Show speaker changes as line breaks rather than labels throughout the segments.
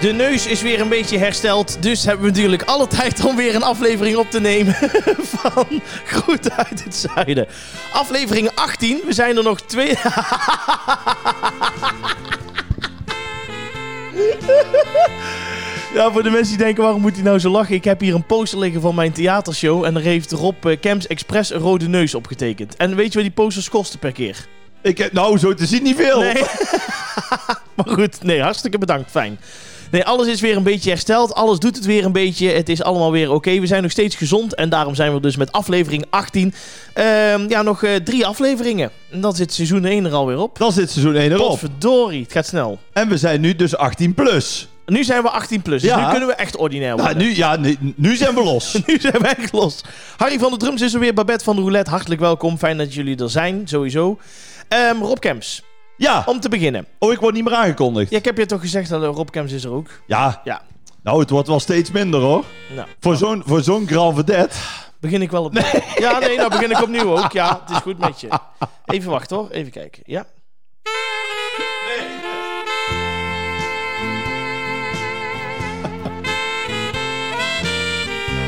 De neus is weer een beetje hersteld. Dus hebben we natuurlijk alle tijd om weer een aflevering op te nemen. Van Groet uit het Zuiden. Aflevering 18. We zijn er nog twee. Ja, voor de mensen die denken, waarom moet hij nou zo lachen? Ik heb hier een poster liggen van mijn theatershow. En daar heeft Rob eh, Camps Express een rode neus op getekend. En weet je wat die posters kosten per keer?
Ik heb nou zo te zien niet veel.
Nee. maar goed, nee, hartstikke bedankt. Fijn. Nee, alles is weer een beetje hersteld. Alles doet het weer een beetje. Het is allemaal weer oké. We zijn nog steeds gezond. En daarom zijn we dus met aflevering 18. Ehm, ja, nog eh, drie afleveringen. En dan zit seizoen 1 er alweer op.
Dan zit seizoen 1 erop.
Potverdorie, het gaat snel.
En we zijn nu dus 18 plus.
Nu zijn we 18 plus. Dus
Ja.
nu kunnen we echt ordinair worden.
Nou, nu, ja, nu, nu zijn we los.
Nu zijn wij echt los. Harry van de Drums is er weer. Babette van de Roulette, hartelijk welkom. Fijn dat jullie er zijn, sowieso. Ehm, Rob Kemps,
Ja,
om te beginnen.
oh, ik word niet meer aangekondigd.
Ja, ik heb je toch gezegd dat eh, Rob Kemps is er ook?
Ja,
Ja.
nou, het wordt wel steeds minder hoor.
Nou,
Voor zo'n, voor zo'n grand vedette.
begin ik wel opnieuw. Ja, nee, nou begin ik opnieuw ook. Ja, het is goed met je. Even wachten hoor, even kijken. Ja.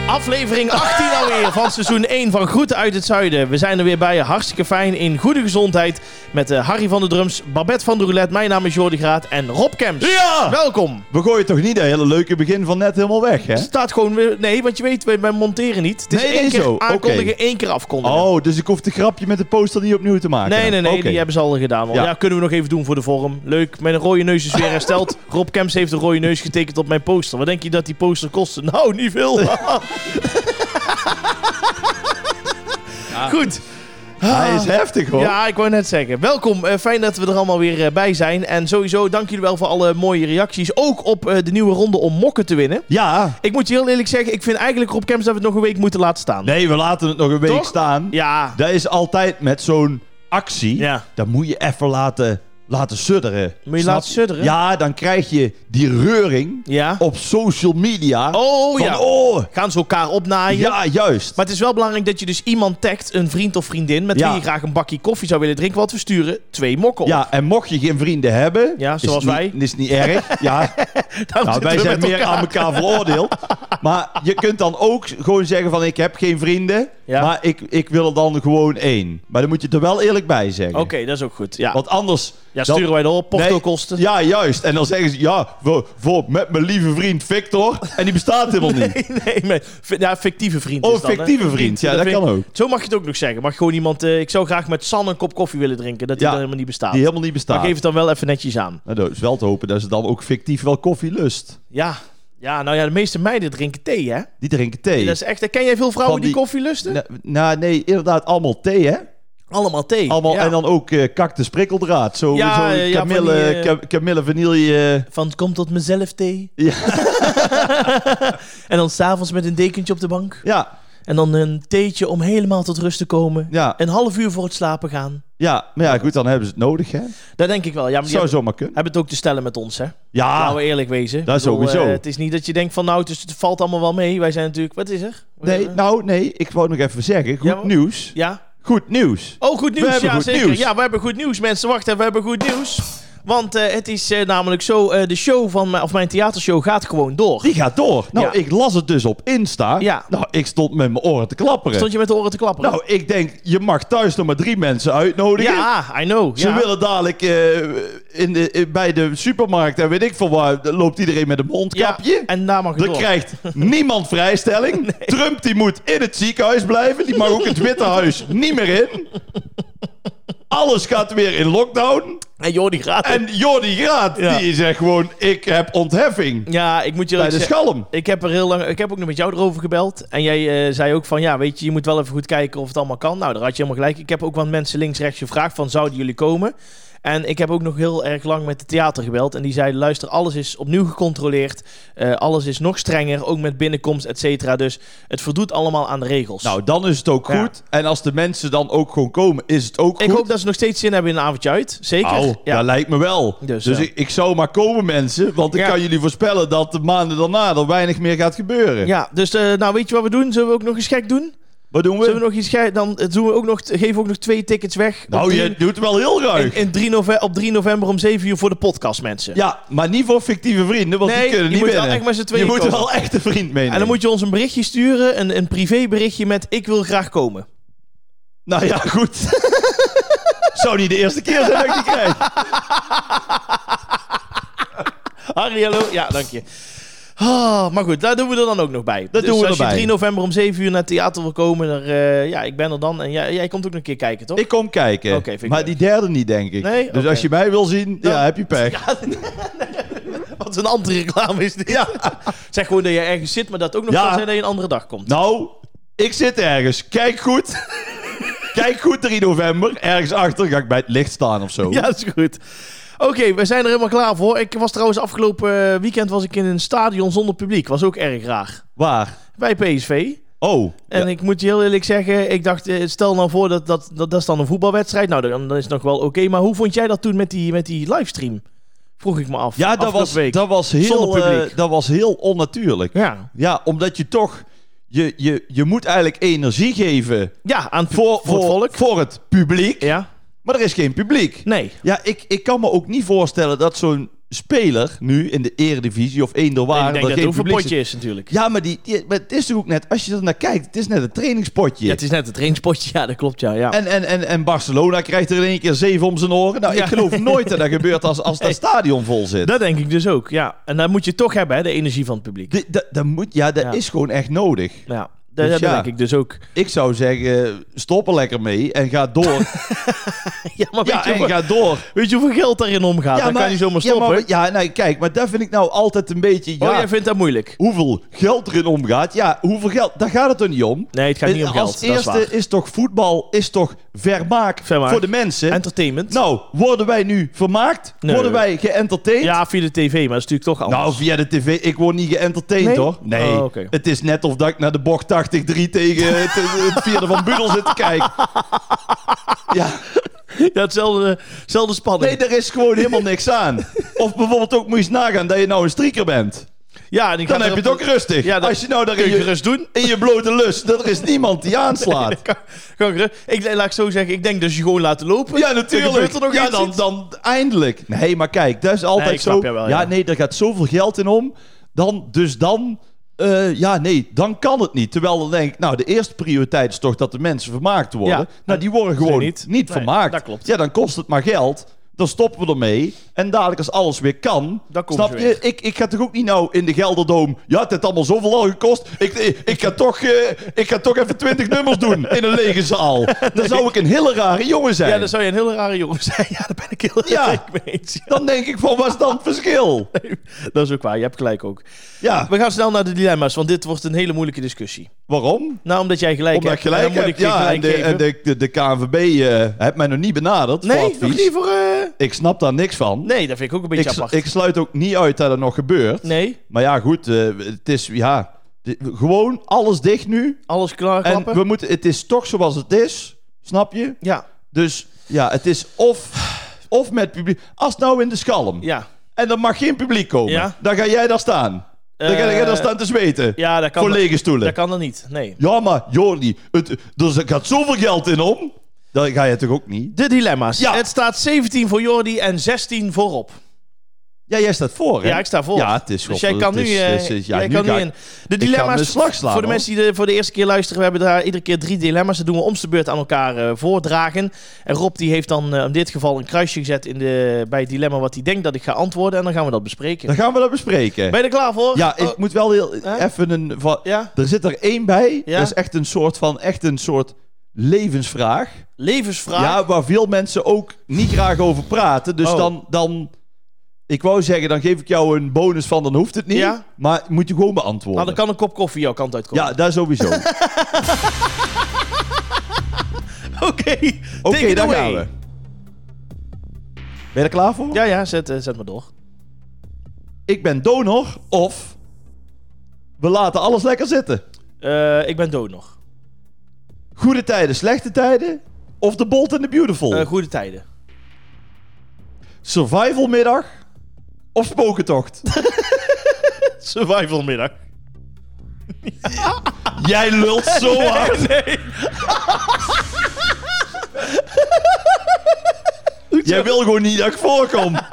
Aflevering 18 alweer van seizoen 1 van Groeten uit het Zuiden. We zijn er weer bij, hartstikke fijn, in goede gezondheid. Met eh, Harry van de Drums, Babette van de Roulette, mijn naam is Jordi Graat en Rob Kemps.
Ja!
Welkom.
We gooien toch niet dat hele leuke begin van net helemaal weg, hè?
Het staat gewoon weer- Nee, want je weet, wij, wij monteren niet. Het is
Nee,
één
nee,
keer
zo. Oké.
aankondigen, één keer afkondigen.
Oh, dus ik hoef de grapje met de poster niet opnieuw te maken.
Nee, nee, nee,
Oké.
die hebben ze al gedaan. Al. Ja.
Ja.
kunnen we nog even doen voor de vorm. Leuk, mijn rode neus is weer hersteld. Rob Kemps heeft een rode neus getekend op mijn poster. Wat denk je dat die poster kostte? Nou, niet veel. Goed.
Hij is heftig hoor.
Ah. Ja, ik wou net zeggen. Welkom. Eh, fijn dat we er allemaal weer eh, bij zijn. En sowieso, dank jullie wel voor alle mooie reacties. Ook op eh, de nieuwe ronde om mokken te winnen.
Ja.
Ik moet je heel eerlijk zeggen, ik vind eigenlijk Rob Kemps dat we het nog een week moeten laten staan.
Nee, we laten het nog een week
Toch?
staan.
Ja.
Dat is altijd met zo'n actie.
Ja.
Dan moet je even laten, laten sudderen.
Moet je
Snap
laten sudderen?
Ja, dan krijg je die reuring
Ja.
op social media.
Oh
van,
ja.
oh,
Gaan ze elkaar opnaaien?
ja, juist.
Maar het is wel belangrijk dat je dus iemand tagt, een vriend of vriendin, met
Ja.
wie je graag een bakje koffie zou willen drinken. Want we sturen twee mokken op.
ja, en mocht je geen vrienden hebben...
Ja,
is
zoals
niet-
wij.
Is niet erg. Ja,
Daarom
nou,
zitten
wij
we
zijn
met
meer
elkaar.
aan elkaar veroordeeld. Maar je kunt dan ook gewoon zeggen van... Ik heb geen vrienden,
Ja.
maar ik, ik wil er dan gewoon één. Maar dan moet je er wel eerlijk bij zeggen.
Oké, dat is ook goed. Ja,
Want anders...
ja
dan-
sturen wij erop,
Nee,
portokosten.
Ja, juist. En dan zeggen ze, ja, voor, voor met mijn lieve vriend Victor. En die bestaat helemaal niet.
Nee, nee, maar fi- ja, fictieve vriend.
Oh,
is dan, hè?
fictieve vriend. Ja, dat
vind
kan
ik-
ook.
Zo mag je het ook nog zeggen. Mag gewoon iemand, eh, ik zou graag met San een kop koffie willen drinken, dat die
Ja,
dan helemaal niet bestaat.
Die helemaal niet bestaat.
Maar geef het dan wel even netjes aan.
Nou, dat is wel te hopen dat ze dan ook fictief wel koffie lust.
Ja, ja nou ja, de meeste meiden drinken thee, hè?
Die drinken thee.
Dat is echt, ken jij veel vrouwen
Van
die,
die-
koffie lusten?
Na- nou, nee, inderdaad, allemaal thee, hè?
Allemaal thee.
Allemaal,
ja.
En dan ook eh kakte prikkeldraad. Zo,
Ja,
zo
eh, ja, van
kamille,
die, eh,
ka- kamille vanille... eh,
Van het komt tot mezelf thee.
Ja.
en dan s'avonds met een dekentje op de bank.
ja,
En dan een theetje om helemaal tot rust te komen.
ja,
Een half uur voor het slapen gaan.
ja. Maar ja, goed, dan hebben ze het nodig, hè?
Dat denk ik wel. Ja, maar die
Zou
hebben,
zomaar kunnen.
hebben het ook te stellen met ons, hè?
Ja,
Laten Nou, we eerlijk wezen.
Ah. Dat
Ik bedoel,
sowieso.
eh, het is niet dat je denkt van nou, het, is- het valt allemaal wel mee. Wij zijn natuurlijk... Wat is er?
nee, nou, nee, ik wou nog even zeggen. Goed
Ja, maar-
nieuws.
Ja?
Goed nieuws.
Oh, goed nieuws.
We hebben
ja,
goed
zeker.
nieuws.
Ja, we hebben goed nieuws, mensen. Wacht even, we hebben goed nieuws. Want eh, het is eh, namelijk zo, eh, de show van mijn, of mijn theatershow gaat gewoon door.
Die gaat door. Nou,
Ja.
ik las het dus op Insta.
Ja.
Nou, ik stond met mijn oren te klapperen.
Stond je met de oren te klapperen?
Nou, ik denk, je mag thuis nog maar drie mensen uitnodigen.
ja, I know.
Ze
ja.
willen dadelijk eh, in de, in- bij de supermarkt en weet ik veel waar, dan loopt iedereen met een mondkapje.
Ja, en daar mag het
Dan
door.
krijgt niemand vrijstelling. Trump die moet in het ziekenhuis blijven. Die mag ook het Witte Huis niet meer in. Alles gaat weer in lockdown.
En Jordi gaat.
En Jordi Graat,
Ja.
die zegt gewoon, ik heb ontheffing
Ja, ik moet je
bij
eerlijk
de
zeggen.
schalm.
Ik heb er heel lang. Ik heb ook nog met jou erover gebeld. En jij eh, zei ook van ja, weet je, je moet wel even goed kijken of het allemaal kan. Nou, daar had je helemaal gelijk. Ik heb ook wat mensen links rechts gevraagd van zouden jullie komen? En ik heb ook nog heel erg lang met het theater gebeld. En die zeiden: luister, alles is opnieuw gecontroleerd. Eh, alles is nog strenger, ook met binnenkomst, et cetera. Dus het voldoet allemaal aan de regels.
Nou, dan is het ook
Ja.
goed. En als de mensen dan ook gewoon komen, is het ook
ik
goed.
hoop dat ze nog steeds zin hebben in een avondje uit. Zeker.
Nou, dat lijkt me wel.
Dus,
Dus,
ja.
ik, ik zou maar komen, mensen. Want ik
Ja.
kan jullie voorspellen dat de maanden daarna er weinig meer gaat gebeuren.
ja, dus eh, nou weet je wat we doen? Zullen we ook nog eens gek doen?
Wat doen
Zullen we
we?
nog iets ge- Dan eh, doen we ook nog, geven we ook nog twee tickets weg. op
Nou,
drie-
je doet wel heel
in,
ruig.
in drie nove- op 3 november om 7 uur voor de podcast, mensen.
Ja, maar niet voor fictieve vrienden, want
Nee,
die kunnen
je
niet
moet wel
winnen.
echt met z'n
je
tweeën
moet
komen.
wel echt een vriend meenemen.
En dan moet je ons een berichtje sturen, een, een privéberichtje met ik wil graag komen.
Nou ja, goed. Zou niet de eerste keer zijn dat ik die krijg.
Harry, hallo. Ja, dank je. Ah, maar goed, daar doen we er dan ook nog bij.
Dat
dus
doen we
als je
erbij.
3 november om 7 uur naar het theater wil komen, dan, eh, ja, ik ben er dan. En jij, jij komt ook nog een keer kijken, toch?
Ik kom kijken.
Oké, vind ik
maar
leuk.
die derde niet, denk ik.
Nee?
Dus
Oké.
als je mij wil zien, ja, heb je pech.
Ja, wat een anti-reclame is dit. Zeg gewoon dat je ergens zit, maar dat ook nog
Ja.
kan zijn dat je een andere dag komt.
Nou, ik zit ergens. Kijk goed. Kijk goed 3 november. Ergens achter ga ik bij het licht staan of zo.
Ja, is goed. Oké, we zijn er helemaal klaar voor. Ik was trouwens afgelopen eh, weekend was ik in een stadion zonder publiek. Was ook erg raar.
Waar?
Bij PSV.
Oh.
En ik moet je heel eerlijk zeggen, ik dacht, eh, stel nou voor dat dat, dat, dat is dan een voetbalwedstrijd. Nou, dan, dan is het nog wel oké. Maar hoe vond jij dat toen met die, met die livestream? Vroeg ik me af.
Ja, dat
Afgelopen
was,
week.
dat, was
Zonder
heel,
publiek.
eh, dat was heel onnatuurlijk.
Ja.
Ja, omdat je toch... Je, je, je moet eigenlijk energie geven
ja, aan het, voor,
voor,
het volk.
voor het publiek.
Ja,
Maar er is geen publiek.
nee.
Ja, ik, ik kan me ook niet voorstellen dat zo'n speler nu in de eredivisie of eender waar...
ik denk dat
geen
het ook een
publiek
potje is natuurlijk.
zit. Ja, maar, die, die- maar het is toch ook net... Als je er naar kijkt, het is net een trainingspotje.
Ja, het is net een trainingspotje. Ja, dat klopt, ja. ja.
en, en, en, en Barcelona krijgt er in één keer zeven om zijn oren. Nou,
Ja.
ik geloof nooit dat dat gebeurt als, als dat
Nee.
stadion vol zit.
dat denk ik dus ook, ja. En dat moet je toch hebben, hè, de energie van het publiek.
Die- dat, dat moet, ja, dat
Ja.
is gewoon echt nodig.
ja, dat,
Dus
dat
ja.
denk ik dus ook.
Ik zou zeggen, stop er lekker mee en ga door.
Ja, maar weet,
ja,
je,
en
hoeveel-
ga door.
weet je hoeveel geld daarin omgaat? dan kan je zomaar
ja, maar-
stoppen.
Ja, nee, kijk, maar daar vind ik nou altijd een beetje... Ja,
Oh, jij vindt dat moeilijk?
hoeveel geld erin omgaat. Ja, hoeveel geld, daar gaat het er niet om. Eh,
Nee, het gaat niet om geld.
Als
dat is
eerste
waar.
is, toch voetbal, is toch vermaak,
Vermaak.
voor de mensen.
Entertainment.
nou, worden wij nu vermaakt?
Nee.
Worden wij geëntertaind?
Ja, via de tv, maar dat is natuurlijk toch anders.
Nou, via de tv, ik word niet geëntertaind
Nee?
hoor. Nee,
Oh, oké.
het is net of dat ik naar de bocht 80 3 tegen het, het vierde van Budel zit te kijken. Ja,
Ja, hetzelfde, hetzelfde spanning.
Nou. nee, er is gewoon helemaal niks aan. Of bijvoorbeeld ook moet je eens nagaan dat je nou een strieker bent.
ja, en ik
Dan
ga
heb je
erop-
het ook rustig.
Ja, dat
Als je nou daar in
kun je
je,
gerust doen.
in je blote lust, dat er is niemand die aanslaat.
Kan- kan gerust. Ik laat ik zo zeggen, ik denk dus je gewoon laten lopen.
Ja,
Dan
natuurlijk.
gebeurt er nog
ja,
iets.
dan, dan eindelijk. Nee, maar kijk, dat is altijd
Nee, ik
zo.
snap jou wel,
ja.
ja.
nee, daar gaat zoveel geld in om. Dan, dus dan. eh, ja, nee, dan kan het niet. Terwijl dan denk ik, nou, de eerste prioriteit is toch dat de mensen vermaakt worden.
Ja.
nou, die worden gewoon
niet.
niet,
Nee,
vermaakt.
dat klopt.
Ja, dan kost het maar geld. Dan stoppen we ermee. En dadelijk, als alles weer kan.
Dan komen
snap
ze
je? Ik, ik ga toch ook niet nou in de Gelderdoom. Ja, het heeft allemaal zoveel al gekost. Ik, ik, ik ga, toch, eh, ik ga toch even twintig nummers doen in een lege zaal. Dan zou ik een hele rare jongen zijn.
Ja, dan zou je een heel rare jongen zijn. Ja, daar ben ik heel
Ja.
erg mee eens. Ja,
Dan denk ik van, wat is dan het verschil?
dat is ook waar, je hebt gelijk ook.
Ja,
We gaan snel naar de dilemma's, want dit wordt een hele moeilijke discussie.
waarom?
Nou, omdat jij gelijk
Omdat ik
hebt.
gelijk
en dan
heb.
moet ik je
ja, en
gelijk
de, en
geven.
de, de, de KNVB eh, heeft mij nog niet benaderd voor
nee,
advies.
nog niet voor... eh,
Ik snap daar niks van.
Nee, dat vind ik ook een beetje
ik, s-
apart.
ik sluit ook niet uit dat er nog gebeurt.
Nee,
Maar ja, goed, eh, het is ja, de- gewoon alles dicht nu.
alles klaar
En
klappen.
we moeten, het is toch zoals het is, snap je?
Ja,
Dus ja, het is of, of met publiek. Als nou in de schalm
ja.
en er mag geen publiek komen,
Ja.
dan ga jij daar staan. Dan ga jij
Eh,
daar staan te zweten.
Ja, dat
voor
kan,
lege stoelen.
dat kan dan niet. Nee.
Ja, maar Jordi, het, er gaat zoveel geld in om. Dat ga je toch ook niet?
De dilemma's.
Ja.
Het staat 17 voor Jordi en 16 voor Rob.
Ja, jij staat voor, hè?
Ja, ik sta voor.
Ja, het
dus
is wel-
jij kan
het
nu,
is-
eh,
het is- ja,
jij
nu
kan
ga
nu
ik-
in. De
ga
dilemma's.
mijn slag slaan,
voor de
hoor.
mensen die de, voor de eerste keer luisteren, we hebben daar iedere keer drie dilemma's. Dat doen we om de beurt aan elkaar eh, voordragen. En Rob die heeft dan eh, in dit geval een kruisje gezet in de, bij het dilemma wat hij denkt dat ik ga antwoorden. En dan gaan we dat bespreken.
Dan gaan we dat bespreken.
Ben je er klaar voor?
Ja, ik
Oh,
moet wel heel
Hè?
even een... va-
ja?
Er zit er één bij.
Ja?
Dat is echt een soort van... Echt een soort levensvraag.
Levensvraag.
Ja, waar veel mensen ook niet graag over praten. Dus
Ah. Oh.
dan, dan... Ik wou zeggen, dan geef ik jou een bonus van, dan hoeft het niet.
Ja?
Maar moet je gewoon
Nou,
beantwoorden.
dan kan een kop koffie jouw kant uitkomen.
ja, daar sowieso. Oké,
Oké, Oké,
daar gaan we. Ben je er klaar voor?
Ja, ja, zet, eh, zet maar door.
ik ben donor of we laten alles lekker zitten.
Eh, ik ben donor.
Goede tijden, slechte tijden of de Bold and the Beautiful.
Eh goede tijden.
Survival middag of spokentocht.
Survival middag.
Jij lult zo hard. Jij wil gewoon niet dat ik voorkom.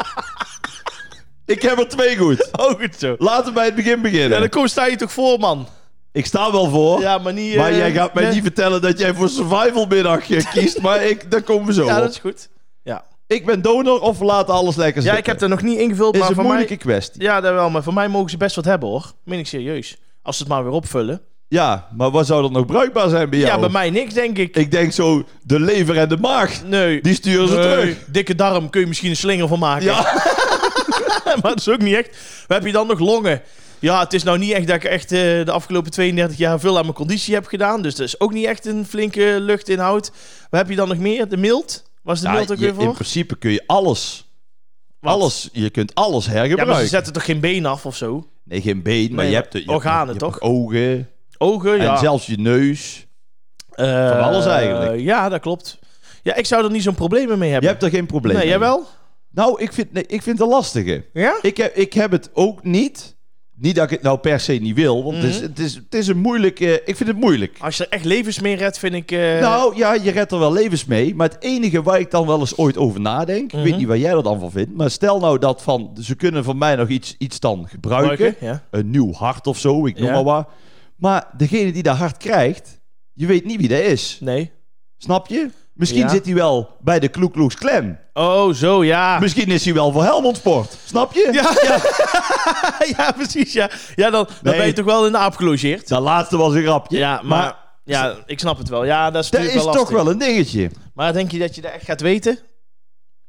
Ik heb er twee goed.
Oh, goed zo.
Laten we bij het begin
Ja, dan
beginnen.
kom, sta je toch voor, man?
Ik sta wel voor.
Ja, maar niet... eh,
Maar jij gaat mij
nee.
niet vertellen dat jij voor survival middag eh, kiest. Maar ik, daar komen we zo
Ja,
op.
dat is goed. Ja,
Ik ben donor of we laten alles lekker
ja
zitten.
ik heb er nog niet ingevuld,
is
maar
een
van
moeilijke
mij...
kwestie.
Ja, dat wel, maar van mij mogen ze best wat hebben, hoor. Meen ik serieus. Als ze het maar weer opvullen.
Ja, maar wat zou dat nog bruikbaar zijn bij jou?
Ja, bij mij niks, denk ik.
Ik denk zo, de lever en de maag,
Nee.
die sturen ze
Nee,
terug.
Dikke darm kun je misschien een slinger van maken.
Ja,
maar dat is ook niet echt. Wat heb je dan nog longen? Ja, het is nou niet echt dat ik echt eh, de afgelopen 32 jaar veel aan mijn conditie heb gedaan. Dus dat is ook niet echt een flinke luchtinhoud. Wat heb je dan nog meer? De mild? Was de
Ja,
mild ook
Nou, je-
weer
in
voor?
principe kun je alles,
Wat?
alles, je kunt alles
Ja, maar ze
hergebruiken.
zetten toch geen been af of zo?
Nee, geen been, maar
Nee,
je
maar
hebt de je
organen,
hebt, je
toch?
hebt ogen
Ogen, ja.
en zelfs je neus.
Eh,
van alles eigenlijk.
ja, dat klopt. Ja, ik zou er niet zo'n problemen mee
Je
hebben.
hebt er geen probleem
nee,
mee.
jij wel?
Nou, ik vind, nee, ik vind het een lastige.
Ja?
Ik heb, ik heb het ook niet. Niet dat ik het nou per se niet wil, want het, is,
Mhm.
het, is, het is een moeilijke... Ik vind het moeilijk.
Als je er echt levens mee redt, vind ik... eh,
Nou ja, je redt er wel levens mee. Maar het enige waar ik dan wel eens ooit over nadenk. Ik weet
Mhm.
niet waar jij er dan van vindt. Maar stel nou dat van. Ze kunnen van mij nog iets, iets dan gebruiken.
gebruiken, Ja.
Een nieuw hart of zo, ik noem
Ja.
maar wat. Maar degene die dat hart krijgt. Je weet niet wie dat is.
Nee.
Snap je? Misschien
Ja.
zit hij wel bij de Kloekloeks Klem.
Oh, zo, ja.
Misschien is hij wel voor Helmond Sport. Snap je?
Ja, ja, precies. Ja, ja dan, dan
Nee.
ben je toch wel in de aap gelogeerd.
Dat laatste was een grapje.
Ja, maar, ja, ik snap het wel. Ja, dat is,
dat
natuurlijk
is
wel
toch
lastig.
wel een dingetje.
Maar denk je dat je dat echt gaat weten?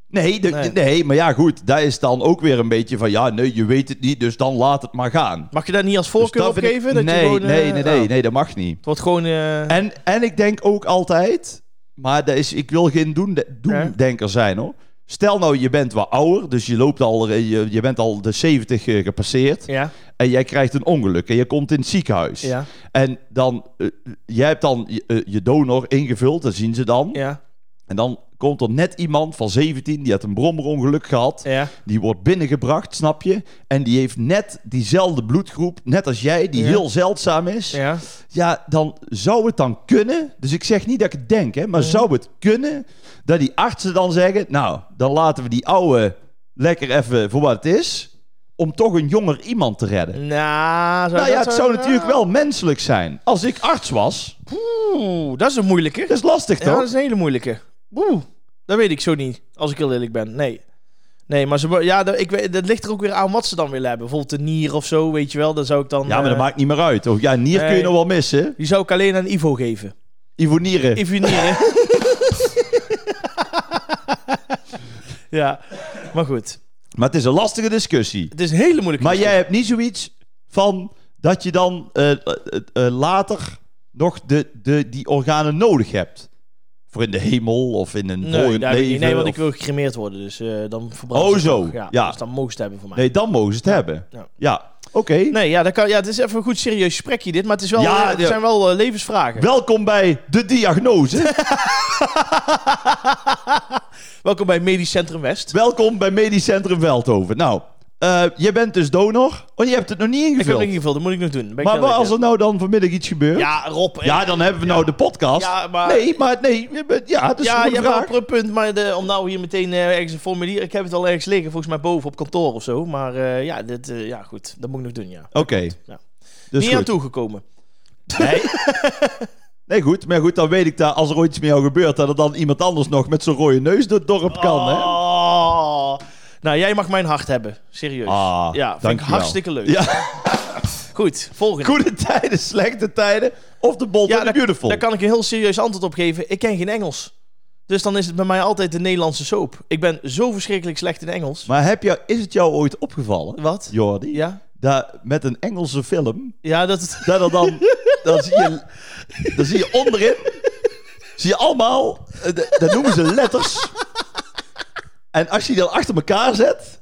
Nee, de-
Nee.
nee. maar ja, goed. Daar is dan ook weer een beetje van. Ja, nee, je weet het niet, dus dan laat het maar gaan.
Mag je daar niet als
Dus
voorkeur
dat
op
vind ik-
geven? Dat
nee,
je gewoon, eh,
nee, nee, nee,
oh,
nee, dat mag niet.
Het wordt gewoon... eh,
En, en ik denk ook altijd, maar dat is, ik wil geen doen, doemdenker zijn hoor. Stel nou, je bent wat ouder, dus je, loopt al, eh, je, je bent al de 70 eh, gepasseerd.
ja,
En jij krijgt een ongeluk en je komt in het ziekenhuis.
ja,
En dan, eh, jij hebt dan je, eh, je donor ingevuld, dat zien ze dan.
ja,
En dan komt er net iemand van 17, die had een brommerongeluk gehad.
ja.
Die wordt binnengebracht, snap je? En die heeft net diezelfde bloedgroep, net als jij, die
Ja.
heel zeldzaam is. Ja.
ja.
dan zou het dan kunnen. Dus ik zeg niet dat ik het denk, hè, maar
Mhm.
zou het kunnen dat die artsen dan zeggen: Nou, dan laten we die oude lekker even voor wat het is, om toch een jonger iemand te redden.
Nou,
nou ja, het zou natuurlijk wel menselijk zijn. Als ik arts was,
Oeh, dat is een moeilijke.
dat is lastig
Ja,
toch?
dat is een hele moeilijke. Oeh, dat weet ik zo niet, als ik heel eerlijk ben. Nee. Nee, maar ze, wo- ja, dat, ik, weet- dat ligt er ook weer aan wat ze dan willen hebben. Bijvoorbeeld een nier of zo, weet je wel. Dan zou ik dan...
ja, maar dat
eh,
maakt niet meer uit. Of, ja, nier kun je
Nee.
nog wel missen.
Die zou ik alleen aan Ivo geven.
Ivonieren.
Ivo nieren. ja, maar goed.
maar het is een lastige discussie.
Het is een hele moeilijke...
Maar jij hebt niet zoiets van dat je dan eh, eh, eh, later nog de, de, die organen nodig hebt. Voor in de hemel of in een
Nee,
volgend
daar heb ik
leven.
niet. nee, want ik
of-
wil gecremeerd worden, dus eh, dan verbrand
Oh,
ik
zo.
ook. Ja,
Ja.
Dus dan mogen ze het hebben van mij.
Nee, dan mogen ze het hebben. Ja,
Ja.
oké.
Nee, ja, dat kan, ja, het is even een goed serieus gesprekje dit, maar het, is wel,
Ja,
eh, het
ja.
zijn wel eh, levensvragen.
Welkom bij de diagnose.
Welkom bij Medisch Centrum West.
Welkom bij Medisch Centrum Veldhoven. Nou, eh, je bent dus donor. Oh, je hebt het nog niet
Ik heb
ingevuld.
het niet gevuld, dat moet ik nog doen. Ben ik
maar
wel
wat als
lekker.
er nou dan vanmiddag iets gebeurt? Ja,
Ja, Rob. eh,
dan hebben we nou de podcast.
Ja, maar-
Nee, maar nee. je bent- Ja, dat is
ja,
een
je
goede
hebt wel een
vraag.
pro- punt, maar de, om nou hier meteen eh, ergens een formulier... Ik heb het al ergens liggen, volgens mij boven op kantoor of zo. Maar eh, ja, dit, eh, ja, goed, dat moet ik nog doen, ja.
Oké.
Ja.
Dus
niet
goed.
aan toegekomen.
Nee. Nee, goed. Maar goed, dan weet ik dat als er ooit iets met jou gebeurt... dat er dan iemand anders nog met zo'n rode neus door het dorp kan, hè?
Oh. Nou, jij mag mijn hart hebben. Serieus.
Ah,
ja, vind ik
dankjewel.
hartstikke leuk.
Ja,
Goed, volgende.
goede tijden, slechte tijden. Of de bold
Ja,
en de beautiful.
Daar kan ik een heel serieus antwoord op geven. Ik ken geen Engels. Dus dan is het bij mij altijd de Nederlandse soap. Ik ben zo verschrikkelijk slecht in Engels.
Maar heb jou, is het jou ooit opgevallen,
Wat?
Jordi...
Ja?
dat met een Engelse film...
Ja, dat is...
dat er dan... dan, zie je, dan zie je onderin... zie je allemaal... eh, de- dat noemen ze letters. En als je die dan achter elkaar zet...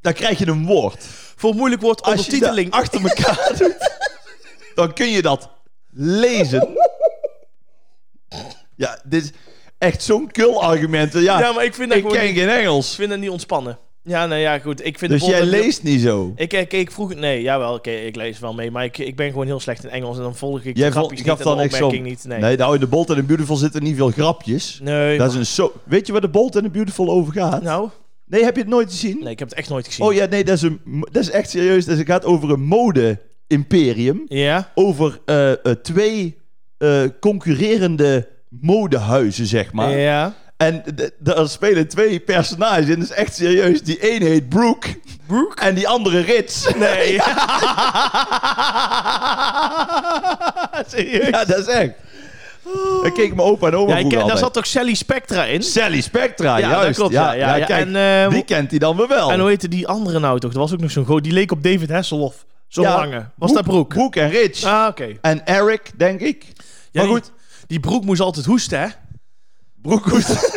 dan krijg je een woord.
Voor moeilijk woord
als je dat
ondertiteling.
achter elkaar doet, dan kun je dat lezen. Ja, dit is echt zo'n kul argument. Ja,
Ja, maar ik vind dat
ik
gewoon
ken
niet-
geen Engels.
Ik vind dat niet ontspannen. Ja, nou ja, goed. Ik vind
Dus jij
bijvoorbeeld-
leest niet zo.
Ik, ik, ik vroeg... Nee, jawel, oké, ik lees wel mee. Maar ik, ik ben gewoon heel slecht in Engels. En dan volg ik
Jij
de
vol-
grapjes
je
niet
gaf
en
dan
de
echt zo'n-
opmerking niet. Nee,
Nee, nou in de Bold en de Beautiful zitten niet veel grapjes.
nee
Dat is een zo. Weet je waar de Bold en de Beautiful over gaat?
Nou,
Nee, heb je het nooit gezien?
nee, ik heb het echt nooit gezien.
Oh ja, nee, dat is, een, dat is echt serieus. Dus het gaat over een mode-imperium.
Ja?
Over eh, eh, twee eh, concurrerende modehuizen, zeg maar.
Ja.
En d- daar spelen twee personages in. Dat is echt serieus. Die ene heet Brooke.
Brooke?
En die andere Rits.
Nee. Serieus?
ja, dat is echt. Dat keek mijn opa en oma
Ja, ik
vroeger
ken, daar
altijd.
zat ook Sally Spectra in.
Sally Spectra,
Ja, dat
juist.
klopt, ja, ja, ja.
kijk,
En, eh,
die kent hij dan weer wel.
En hoe heette die andere nou toch? Dat was ook nog zo'n goot. Die leek op David Hasselhoff. Zo'n
Ja,
lange. Was dat Broek?
Brooke en Rich.
Ah, oké.
En Eric, denk ik.
Ja,
maar
die-
goed,
Die Broek moest altijd hoesten, hè?
Brooke goed.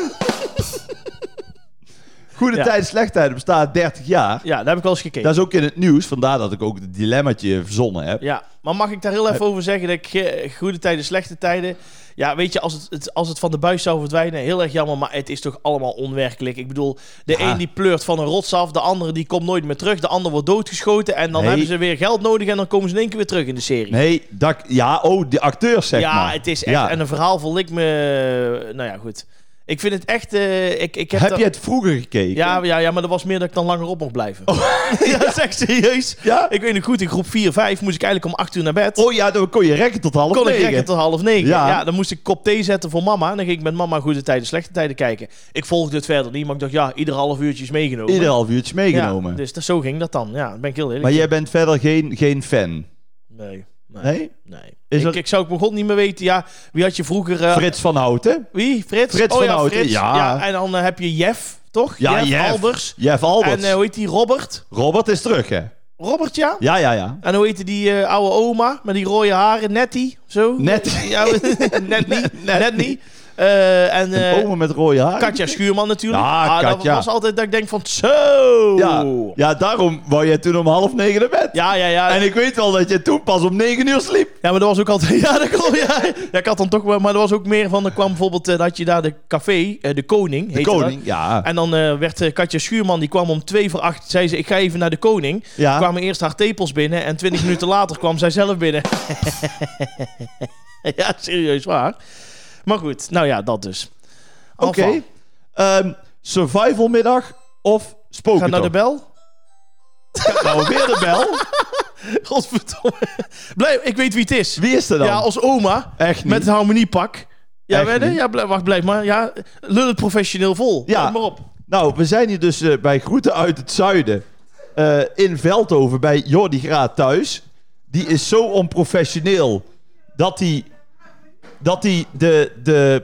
Goede
Ja.
tijd, slechte tijd bestaat 30 jaar.
Ja, daar heb ik wel eens gekeken.
Dat is ook in het nieuws. Vandaar dat ik ook het dilemmaatje verzonnen heb.
Ja, maar mag ik daar heel
Eh,
even over zeggen dat ik ge- goede tijden, slechte tijden. Ja, weet je, als het, het- als het van de buis zou verdwijnen, heel erg jammer, maar het is toch allemaal onwerkelijk. Ik bedoel, de
Ja.
een die pleurt van een rots af, de andere die komt nooit meer terug, de ander wordt doodgeschoten en dan
Nee.
hebben ze weer geld nodig en dan komen ze in één keer weer terug in de serie.
Nee, dat, ja, oh, die acteurs zeg
ja,
maar.
het is echt.
Ja.
En een verhaal vond ik me. Nou ja, goed. Ik vind het echt. eh, ik, ik heb
Heb,
dat-
je het vroeger gekeken?
ja, ja, ja, maar dat was meer dat ik dan langer op mocht blijven.
Oh.
ja, dat is echt serieus.
Ja?
Ik weet nog goed, in groep 4, 5 moest ik eigenlijk om 8 uur naar bed.
Oh ja, dan kon je rekken tot half
kon ik
negen.
rekken tot half negen. Ja.
Ja.
dan moest ik kop thee zetten voor mama. En dan ging ik met mama goede tijden, slechte tijden kijken. Ik volgde het verder niet, maar ik dacht, ja, ieder half uurtje is meegenomen.
Ieder half uurtje meegenomen.
Ja, dus dat, zo ging dat dan. Ja, daar ben ik heel eerlijk.
Maar jij bent verder geen, geen fan?
Nee. Nee. nee.
Nee? Is
Is ik,
er-
ik zou ook mijn god niet meer weten. Ja, wie had je vroeger... eh,
Frits van Houten?
Wie? Frits?
Frits
oh
van
ja,
Houten,
Frits.
ja.
En dan eh, heb je Jeff, toch?
Ja, Jeff.
Albers.
Jeff Albert.
En eh, hoe heet die? Robert.
Robert is terug, hè?
Robert, ja.
Ja, ja, ja.
En hoe heette die eh, oude oma met die rode haren? Nettie, zo?
Net.
Ja, net niet. Net niet. Eh, en eh,
Een oma met rode haar.
Katja Schuurman natuurlijk. Ah,
Ja,
Dat
Katja.
was altijd dat ik denk van zo.
Ja, ja, daarom wou jij toen om half negen naar bed.
ja, ja. ja.
En ik weet wel dat je toen pas om negen uur sliep.
Ja, maar dat was ook altijd... Ja, dat klopt. Ja. ja, ik had dan toch... wel- Maar er was ook meer van... Er kwam bijvoorbeeld... eh, Dat had je daar de café... eh, de Koning
De
heette
koning, ja.
dat. En dan eh, werd eh, Katja Schuurman... Die kwam om twee voor acht... Zei ze, ik ga even naar de Koning.
ja.
kwamen eerst haar tepels binnen en 20 minuten later kwam zij zelf binnen. ja, serieus waar. Maar goed, nou ja, dat dus.
Oké.
Enfin,
Ehm, survival middag of
Ga
spoken
naar de bel.
Nou, weer de bel.
Godverdomme. Blijf, ik weet wie het is.
Wie is er dan?
Ja, als oma.
Echt niet.
Met het harmoniepak. Ja,
Echt
weet je?
niet.
Ja, blijf, wacht, blijf maar. Ja, lul het professioneel vol.
Ja.
Let maar op.
Nou, we zijn hier dus eh, bij Groeten uit het Zuiden. eh, in Veldhoven bij Jordi Graat thuis. Die is zo onprofessioneel dat hij dat hij de, de,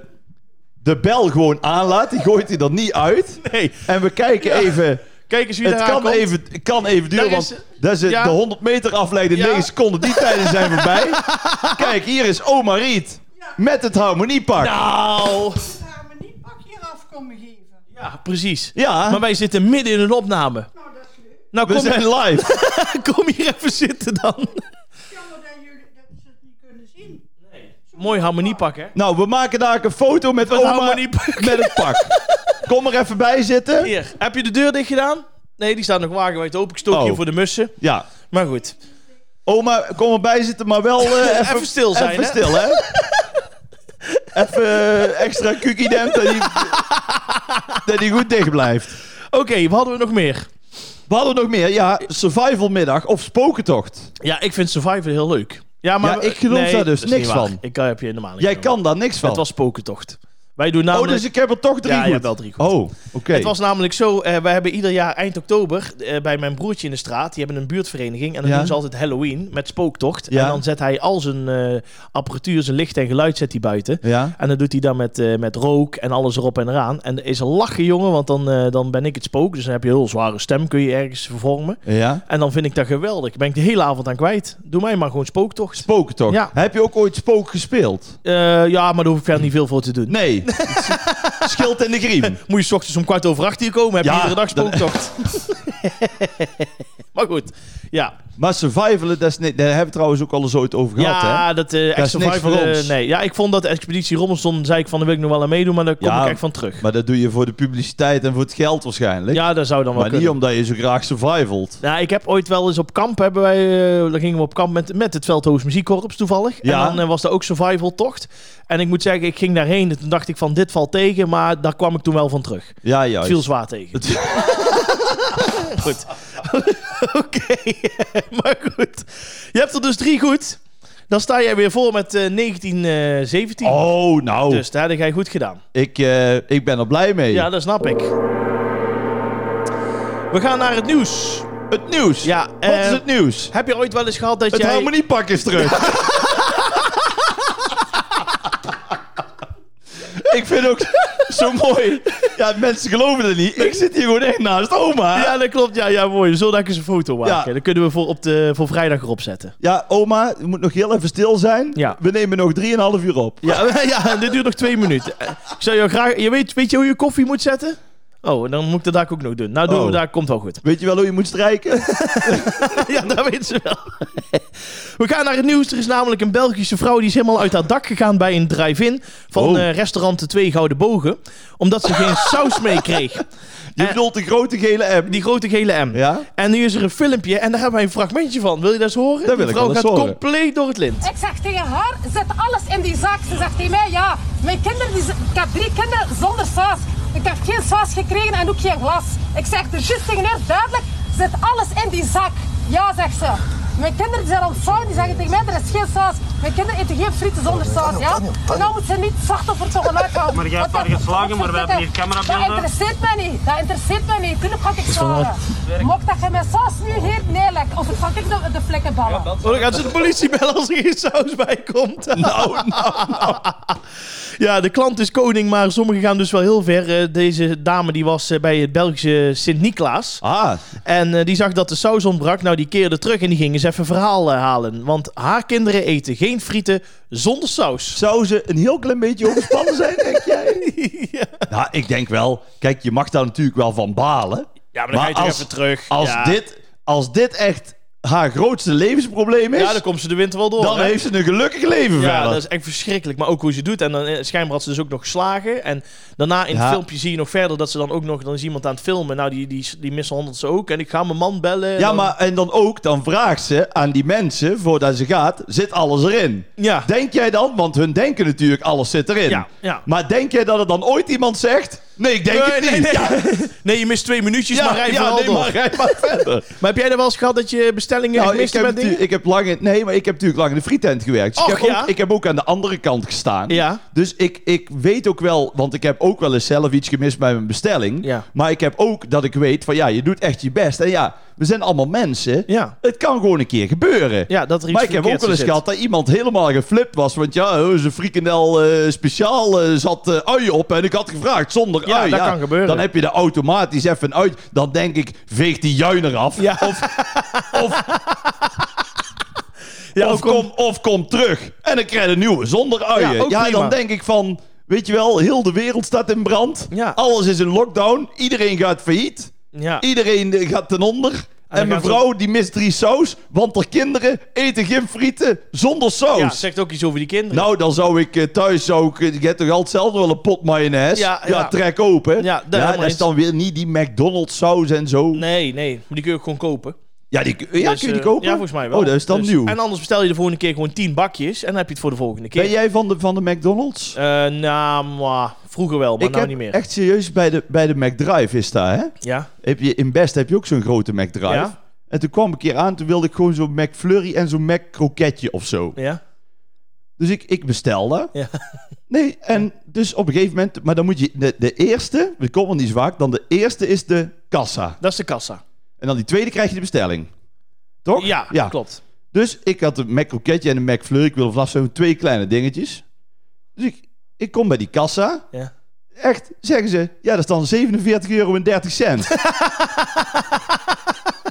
de bel gewoon aanlaat. Die gooit hij er niet uit.
Nee.
En we kijken even.
Kijk eens wie
Het
daar
kan
komt.
even, het kan even duren,
Daar is-
want dat is het-
ja.
de 100 meter afleiden in
Ja.
9 seconden. Die tijden zijn voorbij. Kijk, hier is Oma Riet met het harmoniepak.
Nou.
Ja, maar niet pak hier af komen geven.
Ja, precies.
ja,
Maar wij zitten midden in een opname.
Nou, dat is leuk.
Nou,
we
kom,
zijn live.
kom hier even zitten dan.
Jammer dat jullie dat ze het niet kunnen zien. Zo'n
Mooi harmoniepak, hè?
nou, we maken daar een foto met
Met
Oma
harmoniepak.
met het pak. Kom er even bij zitten.
Hier, heb je de deur dicht gedaan? Nee, die staat nog wagenwijd open. Ik stook
Oh.
hier voor de mussen.
Ja,
Maar goed.
Oma, kom erbij zitten, maar wel eh, even,
Even stil zijn,
Even
hè?
stil, hè? even eh, extra kukkie dempt dat die, dat die goed dicht blijft.
Oké, wat hadden we nog meer?
We hadden nog meer, ja, survival middag of spokentocht.
Ja, ik vind Survivor heel leuk. Ja, maar
Ja, ik geloof daar dus
dat is niet
niks
waar.
van.
Ik eh, heb je helemaal niet
Jij
genomen.
kan daar niks van.
Het was spokentocht. Wij doen namelijk...
oh, dus ik heb er toch drie
Ja, je
goed.
hebt wel drie goed.
Oh, oké.
Het was namelijk zo, eh, wij hebben ieder jaar eind oktober eh, bij mijn broertje in de straat, die hebben een buurtvereniging en dan
Ja.
doen ze altijd Halloween met spooktocht.
Ja.
En dan zet hij al zijn eh, apparatuur, zijn licht en geluid zet hij buiten.
Ja.
En dat doet hij dan met, eh, met rook en alles erop en eraan. En er is een lachen, jongen, want dan, eh, dan ben ik het spook. Dus dan heb je een heel zware stem, kun je ergens vervormen.
Ja.
En dan vind ik dat geweldig. Ben ik de hele avond aan kwijt. Doe mij maar gewoon spooktocht.
Spokentocht.
Ja.
Heb je ook ooit spook gespeeld?
Eh, ja, maar daar hoef ik verder niet veel voor te doen.
Nee. Schild en de griem.
Moet je s ochtends om kwart over acht hier komen, heb je
Ja,
iedere dag
dan-
spooktocht. Maar goed, ja.
Maar survivalen, dat is niet- daar hebben we trouwens ook al eens ooit over gehad, hè?
ja, dat eh
is niks
Survivor,
voor
eh,
ons.
nee. Ja, ik vond dat Expeditie Robinson, zei ik van de week nog wel aan meedoen, maar daar kom
Ja,
ik echt van terug.
Maar dat doe je voor de publiciteit en voor het geld waarschijnlijk.
Ja, dat zou dan wel
maar niet
kunnen.
omdat je zo graag survivalt.
Nou, ik heb ooit wel eens op kamp hebben wij, eh, dan gingen we op kamp met, met het Veldhoofs Muziekkorps toevallig.
Ja.
En dan eh, was er ook survival tocht. En ik moet zeggen, ik ging daarheen en toen dacht ik van dit valt tegen, maar daar kwam ik toen wel van terug.
Ja,
Het
juist.
viel zwaar tegen.
Het-
Goed. Oké, maar goed. Je hebt er dus drie goed. Dan sta jij weer voor met eh, 19, eh 17.
Oh, nou,
Dus daar heb jij goed gedaan.
ik, eh, ik ben er blij mee.
Ja, dat snap ik. We gaan naar het nieuws.
Het nieuws.
Ja,
Wat
eh,
is het nieuws?
Heb je ooit wel eens gehad dat
Het
jij...
harmoniepak is terug. ik vind ook zo mooi. Ja, mensen geloven het niet. Ik zit hier gewoon echt naast oma.
Ja, dat klopt. Ja, ja mooi. Zullen we eens een foto maken?
Ja.
Dan kunnen we voor, op de, voor vrijdag erop zetten.
Ja, oma, je moet nog heel even stil zijn.
Ja.
We nemen nog 3,5 uur op.
Ja, ja en dit duurt nog twee minuten. Eh, Ik zou jou graag... Je weet, weet je hoe je koffie moet zetten? Oh, en dan moet ik dat daar ook nog doen. Nou, doen
Oh.
we daar. Komt wel goed.
Weet je wel hoe je moet strijken?
Ja, dat weten ze wel. We gaan naar het nieuws. Er is namelijk een Belgische vrouw die is helemaal uit haar dak gegaan bij een drive-in van
Oh.
eh, restaurant De Twee Gouden Bogen. Omdat ze geen saus mee kreeg.
Je
Eh.
bedoelt de grote gele app.
Die grote gele M.
Ja?
En nu is er een filmpje en daar hebben wij een fragmentje van. Wil je dat eens horen?
Dat
Die
wil ik
vrouw
wel eens
gaat
horen.
compleet door het lint.
Ik zeg tegen haar, zet alles in die zak. Ze zegt tegen mij, ja, mijn kinderen, die, z- ik heb drie kinderen zonder saus. Ik heb geen saus gekregen en ook geen glas. Ik zeg er juist tegen haar, duidelijk, zet alles in die zak. Ja, zegt ze. Mijn kinderen die zijn ontvouwen, die zeggen tegen mij, er is geen saus. Mijn kinderen eten geen frieten zonder saus, ja? En nou moet ze niet slachtoffer van gemaakt houden.
Maar jij hebt
Want
haar
dat-
geslagen, maar we hebben hier camerabeelden.
Dat interesseert mij niet, dat interesseert mij niet. Tuurlijk ga ik slagen. Mocht dat je mijn saus nu hier neerlegt, of het ga ik de, de vlekken ballen.
Oh, dan gaan ze de politie bellen als er geen saus bij komt.
Nou, nou.
Ja, de klant is koning, maar sommigen gaan dus wel heel ver. Eh, deze dame die was eh, bij het Belgische Sint-Niklaas.
Ah,
En eh, die zag dat de saus ontbrak. Nou, die keerde terug en die ging eens even een verhaal eh, halen. Want haar kinderen eten geen frieten zonder saus.
zou ze een heel klein beetje overspannen zijn, denk jij?
ja.
Nou, ik denk wel. Kijk, je mag daar natuurlijk wel van balen.
Ja, maar dan ga je toch even terug.
Als,
Ja.
dit, als dit echt haar grootste levensprobleem is,
Ja, dan komt ze de winter wel door.
dan
Oh, hè?
heeft ze een gelukkig leven
ja,
verder.
dat is echt verschrikkelijk. Maar ook hoe ze het doet. En dan, eh, schijnbaar had ze dus ook nog geslagen. En daarna in
Ja.
het filmpje zie je nog verder dat ze dan ook nog... Dan is iemand aan het filmen. Nou, die, die, die mishandelt ze ook. En ik ga mijn man bellen. En
ja,
dan-
maar en dan ook, dan vraagt ze aan die mensen, voordat ze gaat, zit alles erin?
Ja.
Denk jij dan, want hun denken natuurlijk, alles zit erin.
Ja, ja.
Maar denk jij dat er dan ooit iemand zegt, nee, ik denk
Nee,
het niet.
nee, nee.
Ja,
Nee, je mist twee minuutjes, maar rij vooral
nee,
door.
maar
Maar...
rij maar verder.
heb jij er wel eens gehad dat je bestellingen
Nou, ik
gemist
heb,
hebt met
natuurlijk-
dingen?
ik heb lang in, nee, maar ik heb natuurlijk lang in de frietent gewerkt. Dus ik,
Och,
heb
ja.
ook, ik heb ook aan de andere kant gestaan.
Ja.
Dus ik, ik weet ook wel, want ik heb ook wel eens zelf iets gemist bij mijn bestelling.
Ja.
Maar ik heb ook dat ik weet van ja, je doet echt je best. En ja, we zijn allemaal mensen.
Ja.
Het kan gewoon een keer gebeuren.
Ja, dat er iets
maar ik heb ook
verkeerds
wel eens
zit.
gehad dat iemand helemaal geflipt was. Want ja, zijn frikandel eh, speciaal eh, zat eh ui op. En ik had gevraagd zonder
Ja,
ui.
dat kan gebeuren.
Dan heb je er automatisch even een uit. Dan denk ik, veeg die juin eraf.
Ja.
Of, of
Ja,
of,
ook om-
kom, of kom terug. En dan krijg je een nieuwe zonder uien.
Ja,
Ja,
ook prima.
dan denk ik van... Weet je wel, heel de wereld staat in brand.
Ja.
Alles is in lockdown. Iedereen gaat failliet.
Ja.
Iedereen eh, gaat ten onder. En,
dan gaan
mevrouw, die mist drie saus. Want haar kinderen eten geen frieten zonder saus.
Ja, zegt ook iets over die kinderen.
Nou, dan zou ik eh, thuis zou ik, eh, je hebt toch altijd zelf wel een pot mayonaise?
Ja, ja.
trek
Ja,
open.
daar helemaal
dat is
eens.
dan weer niet die McDonald's saus en zo.
Nee, nee. Maar die kun je ook gewoon kopen.
Ja, die, ja
Dus,
kun je die
eh,
kopen?
Ja, volgens mij wel.
Oh, dat is dan
Dus-
nieuw.
En anders bestel je de volgende keer gewoon 10 bakjes en dan heb je het voor de volgende keer.
Ben jij van de, van de McDonald's?
Eh, nou, mwah, vroeger wel, maar
ik
nou
heb
niet meer.
echt serieus bij de, bij de McDrive is daar, hè?
Ja?
Heb je, in Best heb je ook zo'n grote McDrive.
Ja.
En toen kwam ik hier aan, toen wilde ik gewoon zo'n McFlurry en zo'n McCroketje of zo.
Ja?
Dus ik, ik bestelde.
Ja.
Nee, en dus op een gegeven moment... Maar dan moet je... De, de eerste, we komen niet zo vaak, dan de eerste is de kassa.
Dat is de kassa.
En dan die tweede krijg je de bestelling. Toch?
Ja, klopt.
Dus ik had een McCroketje en een McFlurry. Ik wilde vanaf zo'n twee kleine dingetjes. Dus ik, ik kom bij die kassa.
Ja.
Echt, zeggen ze. Ja, dat is dan 47 euro en 30 cent.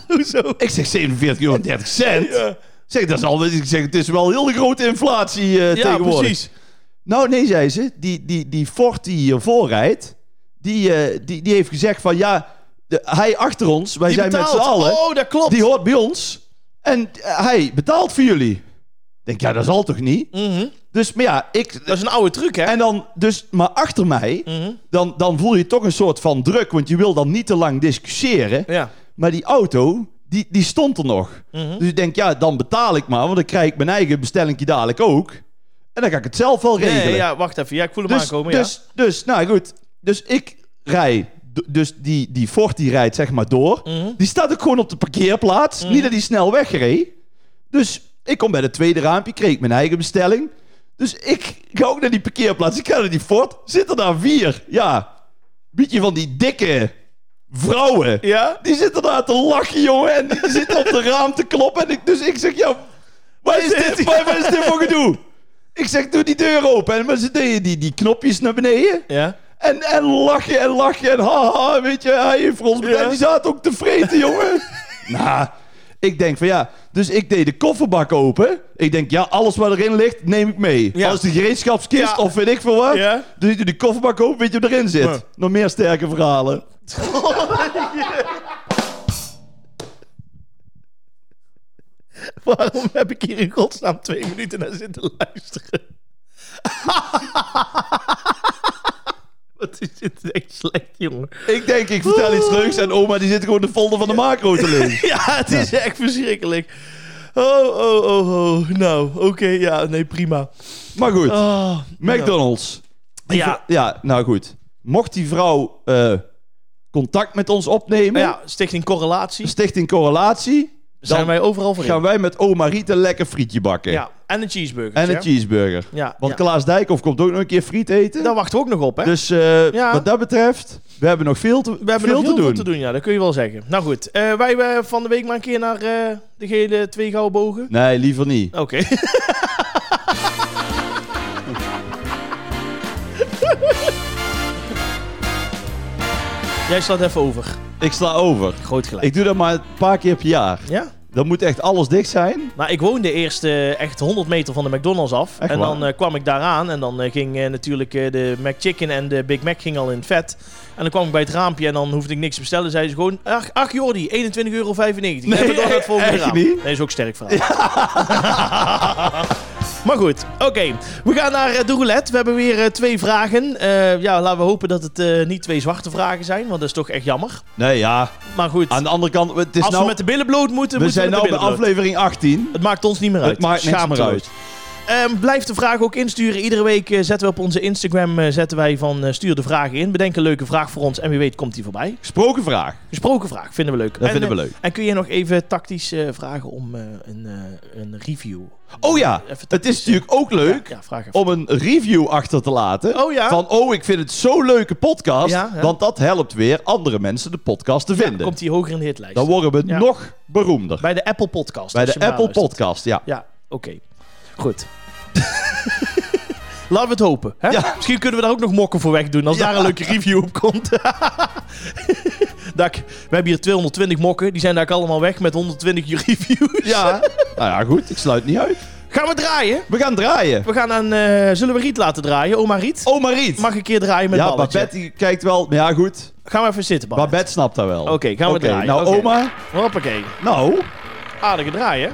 Hoezo?
Ik zeg 47 euro en 30 cent. Zeg, dat is al, ik zeg, het is wel heel de grote inflatie eh,
Ja,
tegenwoordig.
precies.
Nou, nee, zei ze. Die, die, die Ford die hiervoor rijdt, die, eh, die, die heeft gezegd van ja, de- hij achter ons, wij
Die
zijn
betaalt.
met z'n allen.
Oh, dat klopt.
Die hoort bij ons. En eh, hij betaalt voor jullie. Ik denk, ja, dat zal toch niet?
Mhm.
Dus, maar ja, ik...
Dat is een oude truc, hè?
En dan, dus, maar achter mij,
Mhm.
dan, dan voel je toch een soort van druk. Want je wil dan niet te lang discussiëren.
Ja.
Maar die auto, die, die stond er nog.
Mhm.
Dus ik denk, ja, dan betaal ik maar. Want dan krijg ik mijn eigen bestelling dadelijk ook. En dan ga ik het zelf wel regelen.
Nee, ja, wacht even. Ja, ik voel hem
dus,
aankomen, ja.
dus, dus, nou goed. Dus ik rij. D- Dus die, die Ford die rijdt zeg maar door.
Mhm.
Die staat ook gewoon op de parkeerplaats. Niet dat die snel wegreed. Dus ik kom bij het tweede raampje. Kreeg ik mijn eigen bestelling. Dus ik ga ook naar die parkeerplaats. Ik ga naar die Ford. Zitten daar vier. Ja. Beetje van die dikke vrouwen.
Ja?
Die zitten daar te lachen, jongen. En die zitten op de raam te kloppen. En ik, dus ik zeg, ja, waar is dit, waar, waar is dit voor gedoe? Ik zeg, doe die deur open. En maar ze deden die, die knopjes naar beneden.
Ja.
En, en lachen en lachen. En haha, weet je, hij heeft voor ons betaald.
Ja.
Die zaten ook te vreten, jongen. nou, ik denk van ja. Dus ik deed de kofferbak open. Ik denk, ja, alles wat erin ligt, neem ik mee.
Ja.
Als de gereedschapskist
Ja.
of weet ik veel wat.
Ja.
Dus ik doe die kofferbak open, weet je wat erin zit.
Ja.
Nog meer sterke verhalen.
Waarom heb ik hier in godsnaam twee minuten naar zitten luisteren? Wat is dit echt slecht, jongen.
Ik denk, ik vertel iets leuks. En oma die zit gewoon de folder van de macro te lezen.
Ja, het is echt verschrikkelijk. Oh, oh, oh, oh. Nou, oké, ja, nee, prima.
Maar goed,
Ah,
McDonald's. Die
Ja.
vr- ja, nou goed. Mocht die vrouw eh, contact met ons opnemen,
nou, ja, stichting correlatie.
stichting correlatie,
zijn wij overal voor in.
gaan wij met oma Riet een lekker frietje bakken.
Ja, en een cheeseburger.
En een cheeseburger.
Ja,
Want
ja.
Klaas Dijkhoff komt ook nog een keer friet eten.
Daar wachten we ook nog op, hè?
dus eh,
Ja.
wat dat betreft, we hebben nog veel te,
we hebben
veel
nog heel
te
veel
doen.
te doen, ja, dat kun je wel zeggen. Nou goed, eh, wij eh, van de week maar een keer naar eh, de gele twee gouden bogen.
Nee, liever niet.
Oké. Jij slaat even over.
Ik sla over.
Groot gelijk.
Ik doe dat maar een paar keer per jaar.
Ja?
Dan moet echt alles dicht zijn.
Nou, ik woonde eerst eh, echt 100 meter van de McDonald's af.
Echt
en
waar?
dan eh, kwam ik daar aan en dan eh, ging eh, natuurlijk eh, de McChicken en de Big Mac ging al in het vet. En dan kwam ik bij het raampje en dan hoefde ik niks te bestellen. Zeiden ze gewoon, ach, ach Jordi, 21,95 euro. Nee,
Nee,
dat volgende
echt
raam.
niet?
Nee, is ook sterk verhaal. maar goed, oké. We gaan naar eh, de roulette. We hebben weer eh, twee vragen. Eh, ja, laten we hopen dat het eh, niet twee zwarte vragen zijn, want dat is toch echt jammer.
Nee, ja.
Maar goed,
Aan de andere kant, Ah, het is
als
nou,
we met de billen bloot moeten,
we
moeten we
zijn
met
nou
de
bij
billen bloot.
aflevering 18.
Het maakt ons niet meer uit.
Het maakt niks meer
Schaamteloos.
uit.
Ehm, blijf de vraag ook insturen. Iedere week eh, zetten we op onze Instagram eh, zetten wij van eh, stuur de vragen in. Bedenk een leuke vraag voor ons en wie weet komt die voorbij.
Gesproken vraag.
Gesproken vraag vinden we leuk.
Dat
en,
vinden we
eh,
leuk.
en kun je nog even tactisch eh, vragen om eh, een, eh, een review?
Oh ja,
Even
het is natuurlijk ook leuk
Ja, ja, vraag even.
om een review achter te laten.
Oh ja.
Van, oh, ik vind het zo'n leuke podcast.
Ja, ja.
Want dat helpt weer andere mensen de podcast te vinden.
Komt die hoger in de hitlijst?
Dan worden we
Ja.
nog beroemder.
Bij de Apple Podcast.
Bij
als
de
je hem
Apple
aanluistert.
Podcast, ja.
Ja, oké. Goed. Laten we het hopen. Hè?
Ja.
Misschien kunnen we daar ook nog mokken voor wegdoen als
Ja.
daar een leuke review op komt. Dak, we hebben hier 220 mokken. Die zijn daar allemaal weg met 120 reviews.
Ja. nou ja, goed, ik sluit niet uit.
Gaan we draaien?
We gaan draaien.
We gaan aan, eh, zullen we Riet laten draaien? Oma Riet?
Oh, Mariet.
Mag ik een keer draaien met
ja,
balletje?
Babette die kijkt wel. Maar ja, goed.
Gaan we even zitten, Babette.
Babette snapt dat wel.
Oké, gaan we draaien.
Nou,
Oké.
oma.
Hoppakee.
Nou,
Aardige draaien.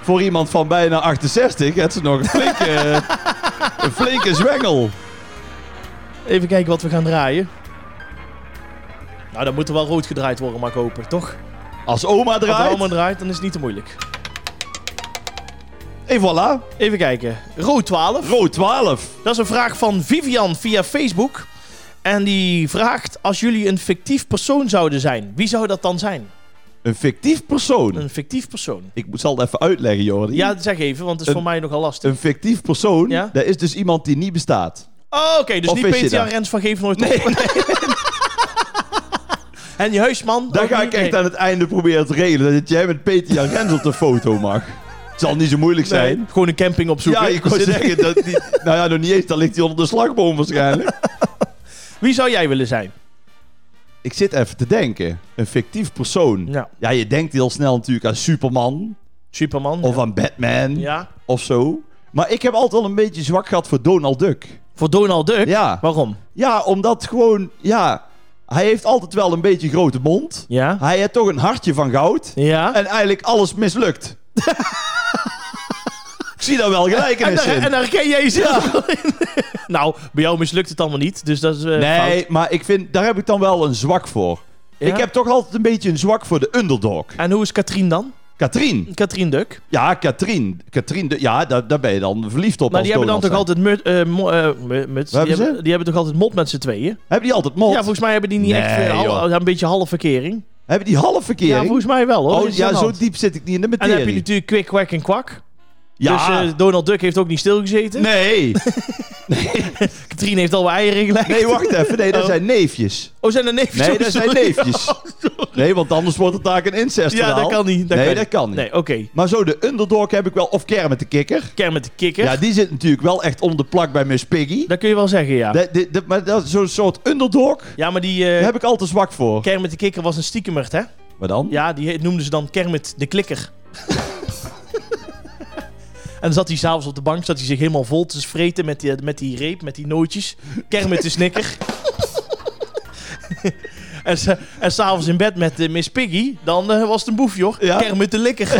voor iemand van bijna 68 heeft ze nog een flinke, een flinke zwengel.
Even kijken wat we gaan draaien. Nou, dan moet er wel rood gedraaid worden, mag ik hopen, toch?
Als oma
Als het
draait,
allemaal draait, dan is het niet te moeilijk.
en voilà,
Even kijken. Rood 12.
rood 12.
Dat is een vraag van Vivian via Facebook. En die vraagt: Als jullie een fictief persoon zouden zijn, wie zou dat dan zijn?
Een fictief persoon.
Een fictief persoon.
Ik moet- zal het even uitleggen, Jordi.
Ja, zeg even, want het is
Een-
voor mij nogal lastig.
Een fictief persoon,
Ja?
dat is dus iemand die niet bestaat.
Oh, oké, dus
Of
niet
is je
PTA
dat?
Rens van Geef Nooit Op. En je huisman.
Daar
ook
ga
niet?
ik echt
Oh, Nee.
aan het einde proberen te regelen. Dat jij met Peter Jan Rens op de foto mag. Het zal niet zo moeilijk
Nee,
zijn.
Gewoon een camping opzoeken.
Ja, ik kon
Zit-
zeggen dat die... Nou ja, nog niet eens. Dan ligt hij onder de slagboom waarschijnlijk.
Wie zou jij willen zijn?
Ik zit even te denken. Een fictief persoon.
Ja.
Ja, je denkt heel snel natuurlijk aan Superman.
Superman.
Of
ja.
aan Batman.
ja.
Of zo. Maar ik heb altijd wel een beetje zwak gehad voor Donald Duck.
Voor Donald Duck.
Ja.
Waarom?
Ja, omdat gewoon, ja, Hij heeft altijd wel een beetje grote mond.
Ja?
Hij heeft toch een hartje van goud.
Ja?
En eigenlijk alles mislukt. Ik zie daar wel
En
gelijkenis
daar,
in.
en daar herken jij jezelf wel in. nou, bij jou mislukt het allemaal niet, dus dat is eh,
Nee,
fout.
maar ik vind, daar heb ik dan wel een zwak voor.
Ja?
Ik heb toch altijd een beetje een zwak voor de underdog.
En hoe is Katrien dan?
Katrien.
Katrien Duk.
Ja, Katrien. Katrien, de- ja, daar, daar ben je dan verliefd op
Maar
als
Nou, die hebben dan
Donald
toch
zijn.
altijd mut, eh, mo- eh, mu- muts?
Waar
Die
hebben ze?
hebben, die hebben toch altijd mot met z'n tweeën?
Hebben die altijd mot?
Ja, volgens mij hebben die niet
Nee,
echt eh,
joh.
al, een beetje half verkering.
Hebben die half
Ja,
verkering?
volgens mij wel hoor.
oh,
Dat is aan
ja,
de
zo
hand.
diep zit ik niet in de
En
materie.
dan heb je natuurlijk kwik, kwak en kwak.
ja,
Dus eh, Donald Duck heeft ook niet stilgezeten.
nee.
Katrien heeft al wat eieren gelijk.
Nee, wacht even. Nee, dat
Oh.
zijn neefjes.
Oh, zijn er neefjes?
Nee,
Oh,
dat zijn
sorry.
neefjes. Nee, want anders wordt het daar een incest
Ja, dat kan niet.
nee, dat kan niet.
Nee, oké.
Maar zo de underdog heb ik wel... Of Kermit de Kikker.
Kermit de kikker.
Ja, die zit natuurlijk wel echt onder de plak bij Miss Piggy.
Dat kun je wel zeggen, ja.
Dat- dit- dit- maar dat is zo'n soort underdog.
Ja, maar die eh,
Daar heb ik altijd zwak voor.
Kermit de kikker was een stiekemert, hè?
Maar dan?
Ja, die he- noemden ze dan Kermit de Klikker. en dan zat hij s'avonds op de bank, zat hij zich helemaal vol te vreten met die, met die reep, met die nootjes. Kermit de Snikker. en s- en s'avonds in bed met eh, Miss Piggy, dan eh, was het een boefje hoor.
Ja.
Kermit de Likker.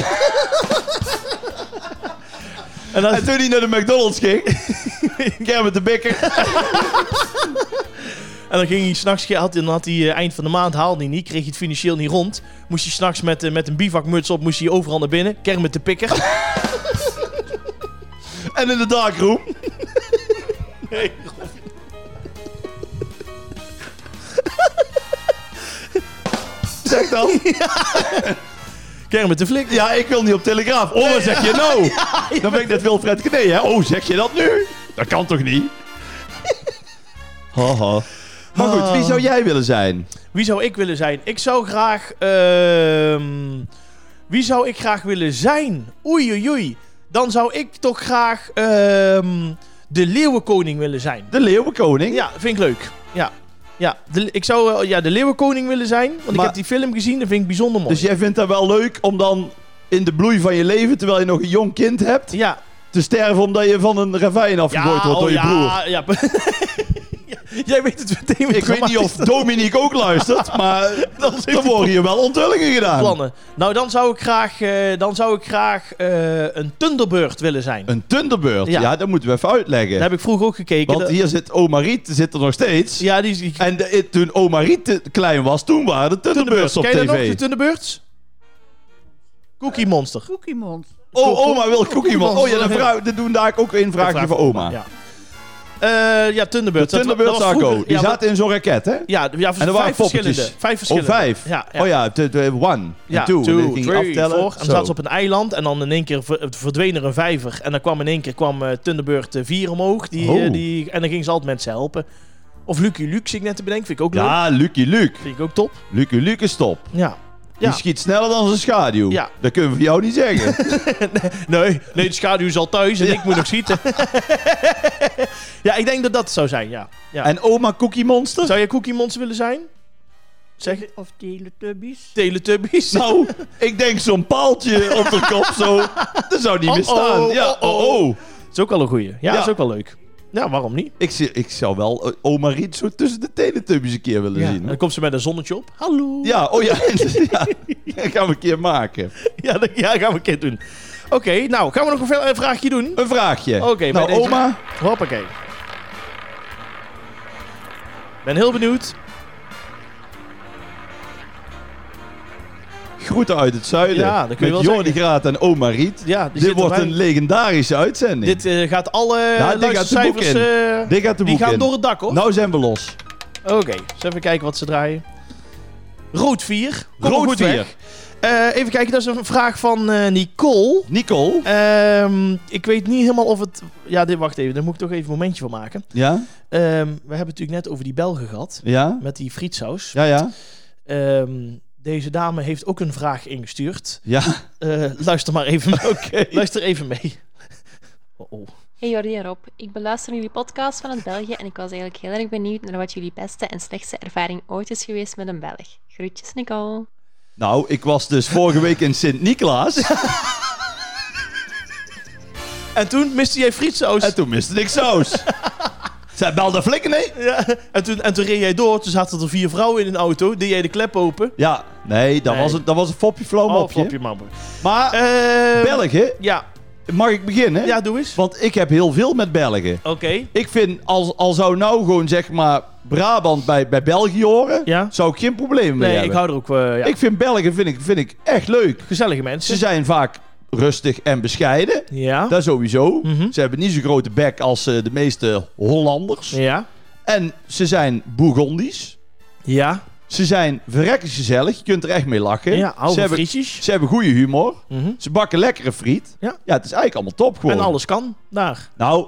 en dan,
En toen hij naar de McDonald's ging... Kermit de Bikker.
En dan ging hij s'nachts, had, dan had hij eh, eind van de maand haalde hij niet, kreeg hij het financieel niet rond. Moest hij s'nachts met, eh, met een bivakmuts op, moest hij overal naar binnen. Kermit de pikker.
En in de darkroom.
Nee,
Zeg dan.
Kermit de flikker.
Ja, ik wil niet op Telegraaf. Oh, wat zeg je nou? Dan ben ik net Wilfred Knee, hè? Oh, zeg je dat nu? Dat kan toch niet? Haha. Maar goed, wie zou jij willen zijn?
Wie zou ik willen zijn? Ik zou graag... ehm, wie zou ik graag willen zijn? Oei, oei, oei. Dan zou ik toch graag ehm, de leeuwenkoning willen zijn.
De Leeuwenkoning?
Ja, vind ik leuk. Ja. Ja, de, ik zou eh, ja, de leeuwenkoning willen zijn. Want ik
Maar-
heb die film gezien, dat vind ik bijzonder mooi.
Dus jij vindt dat wel leuk om dan in de bloei van je leven, terwijl je nog een jong kind hebt,
ja,
te sterven omdat je van een ravijn afgegooid wordt door
oh
je broer?
Ja, ja. Jij weet het meteen weer
Ik weet niet of Dominique ook luistert, maar dan worden hier wel onthullingen gedaan.
plannen. Nou, dan zou ik graag, eh, dan zou ik graag eh, een Thunderbird willen zijn.
Een Thunderbird, ja.
Ja.
dat moeten we even uitleggen.
Daar heb ik vroeger ook gekeken.
Want
Dat-
hier zit oma Riet, zit er nog steeds.
Ja, die is die
En de- i- toen oma Riet te klein was, toen waren de Thunderbirds op
Ken je dat nog, de
tv.
Thunderbirds? Cookie Monster.
Cookie Monster.
Oh, oma wil Cookie Man.
Monster.
Oh ja, dan vraag, dan doen daar ook een vraagje voor oma.
Ja, Eh ja
De
Thunderbird.
Thunderbird
dat was
zag ik
vroeger-
ook. Die
ja,
zaten in zo'n raket, hè?
ja, ja,
En er waren
vijf verschillende.
poppetjes.
Vijf
Oh,
verschillende.
vijf.
Ja, ja.
Oh ja, de- de- one,
Ja,
en two.
two,
En dan ging je
three,
aftellen.
four. En
Zo.
dan zaten ze op een eiland en dan in één keer ver- verdween er een vijver. En dan kwam in één keer kwam eh, Thunderbird 4 omhoog. Die, eh,
Oh.
die, en dan gingen ze altijd mensen helpen. Of Lucky Luke zie ik net te bedenken. Vind ik ook leuk.
Ja, Lucky Luke.
Vind ik ook top.
Lucky Luke is top.
Ja.
Die
Ja.
schiet sneller dan zijn schaduw.
Ja.
Dat kunnen we van jou niet zeggen.
Nee, nee, de schaduw is al thuis en ik moet nog schieten. ja, ik denk dat dat zou zijn, ja. ja.
en oma Cookie Monster?
Zou jij Cookie Monster willen zijn? Zeg het.
Of Teletubbies.
Teletubbies.
Nou, ik denk zo'n paaltje op de kop zo. Dat zou niet meer
Oh, oh,
staan. ja,
oh, oh.
oh. oh.
is ook wel een goeie. Ja,
Ja.
is ook wel leuk. Ja, waarom niet?
Ik, zie- ik zou wel eh, oma Riet zo tussen de Teletubbies een keer willen
Ja. En
zien.
dan komt ze met een zonnetje op. Hallo.
Ja, oh ja. ja. Dat gaan we een keer maken.
Ja, dat ja, gaan we een keer doen. Oké, nou, gaan we nog een ve- een vraagje doen?
Een vraagje.
Oké, bij
nou,
deze-
oma.
Hoppakee. Ben heel benieuwd.
Groeten uit het zuiden.
Ja, dat kun je
Met
wel
Jordi Graat en oma Riet.
Ja, die
dit
zitten
wordt
erbij.
een legendarische uitzending.
Dit eh, gaat alle
gaat de
luistercijfers...
boek in.
eh,
Dit gaat de
die
boek
gaan
in.
door het dak, hoor.
Nou zijn we los.
Oké, eens even kijken wat ze draaien. Rood 4.
Rood
goed weg. Eh, even kijken, dat is een vraag van eh, Nicole.
Nicole.
Ehm, ik weet niet helemaal of het... Ja, dit, wacht even, daar moet ik toch even een momentje van maken.
Ja,
Ehm, we hebben het natuurlijk net over die Belgen gehad.
ja,
Met die frietsaus.
ja, ja.
Ehm, deze dame heeft ook een vraag ingestuurd.
ja.
Eh, luister maar even mee. Luister even mee. Oh, oh.
Hey Jordi en Rob, ik beluister jullie podcast vanuit België en ik was eigenlijk heel erg benieuwd naar wat jullie beste en slechtste ervaring ooit is geweest met een Belg. Groetjes Nicole.
Nou, ik was dus vorige week in Sint-Niklaas
En toen miste jij frietsaus.
en toen miste ik saus. Zij belde flikken, nee?
Ja, en, toen, en toen reed jij door, toen zaten er vier vrouwen in een auto, deed jij de klep open.
Ja, nee, dat
Nee.
was het. Dat was een foppie flow
Oh,
mopje.
flapje man.
Oh, maar
Eh,
België,
Ja,
mag ik beginnen?
ja, doe eens.
Want ik heb heel veel met Belgen.
Oké.
Ik vind, als, al zou nou gewoon zeg maar Brabant bij, bij België horen,
Ja.
zou ik geen probleem
Nee,
mee
ik
hebben.
hou er ook... eh, ja.
Ik vind Belgen vind ik, vind ik echt leuk.
Gezellige
Ze
mensen.
zijn vaak rustig en bescheiden.
Ja.
Dat sowieso.
Mhm.
Ze hebben niet zo'n grote bek als eh, de meeste Hollanders.
Ja.
En ze zijn Bourgondisch.
Ja.
Ze zijn verrekkers gezellig. Je kunt er echt mee lachen.
Ja,
ze,
oude
hebben,
frietjes.
ze hebben goede humor.
Mhm.
Ze bakken lekkere friet.
Ja.
het is eigenlijk allemaal top gewoon.
En alles kan daar.
Nou,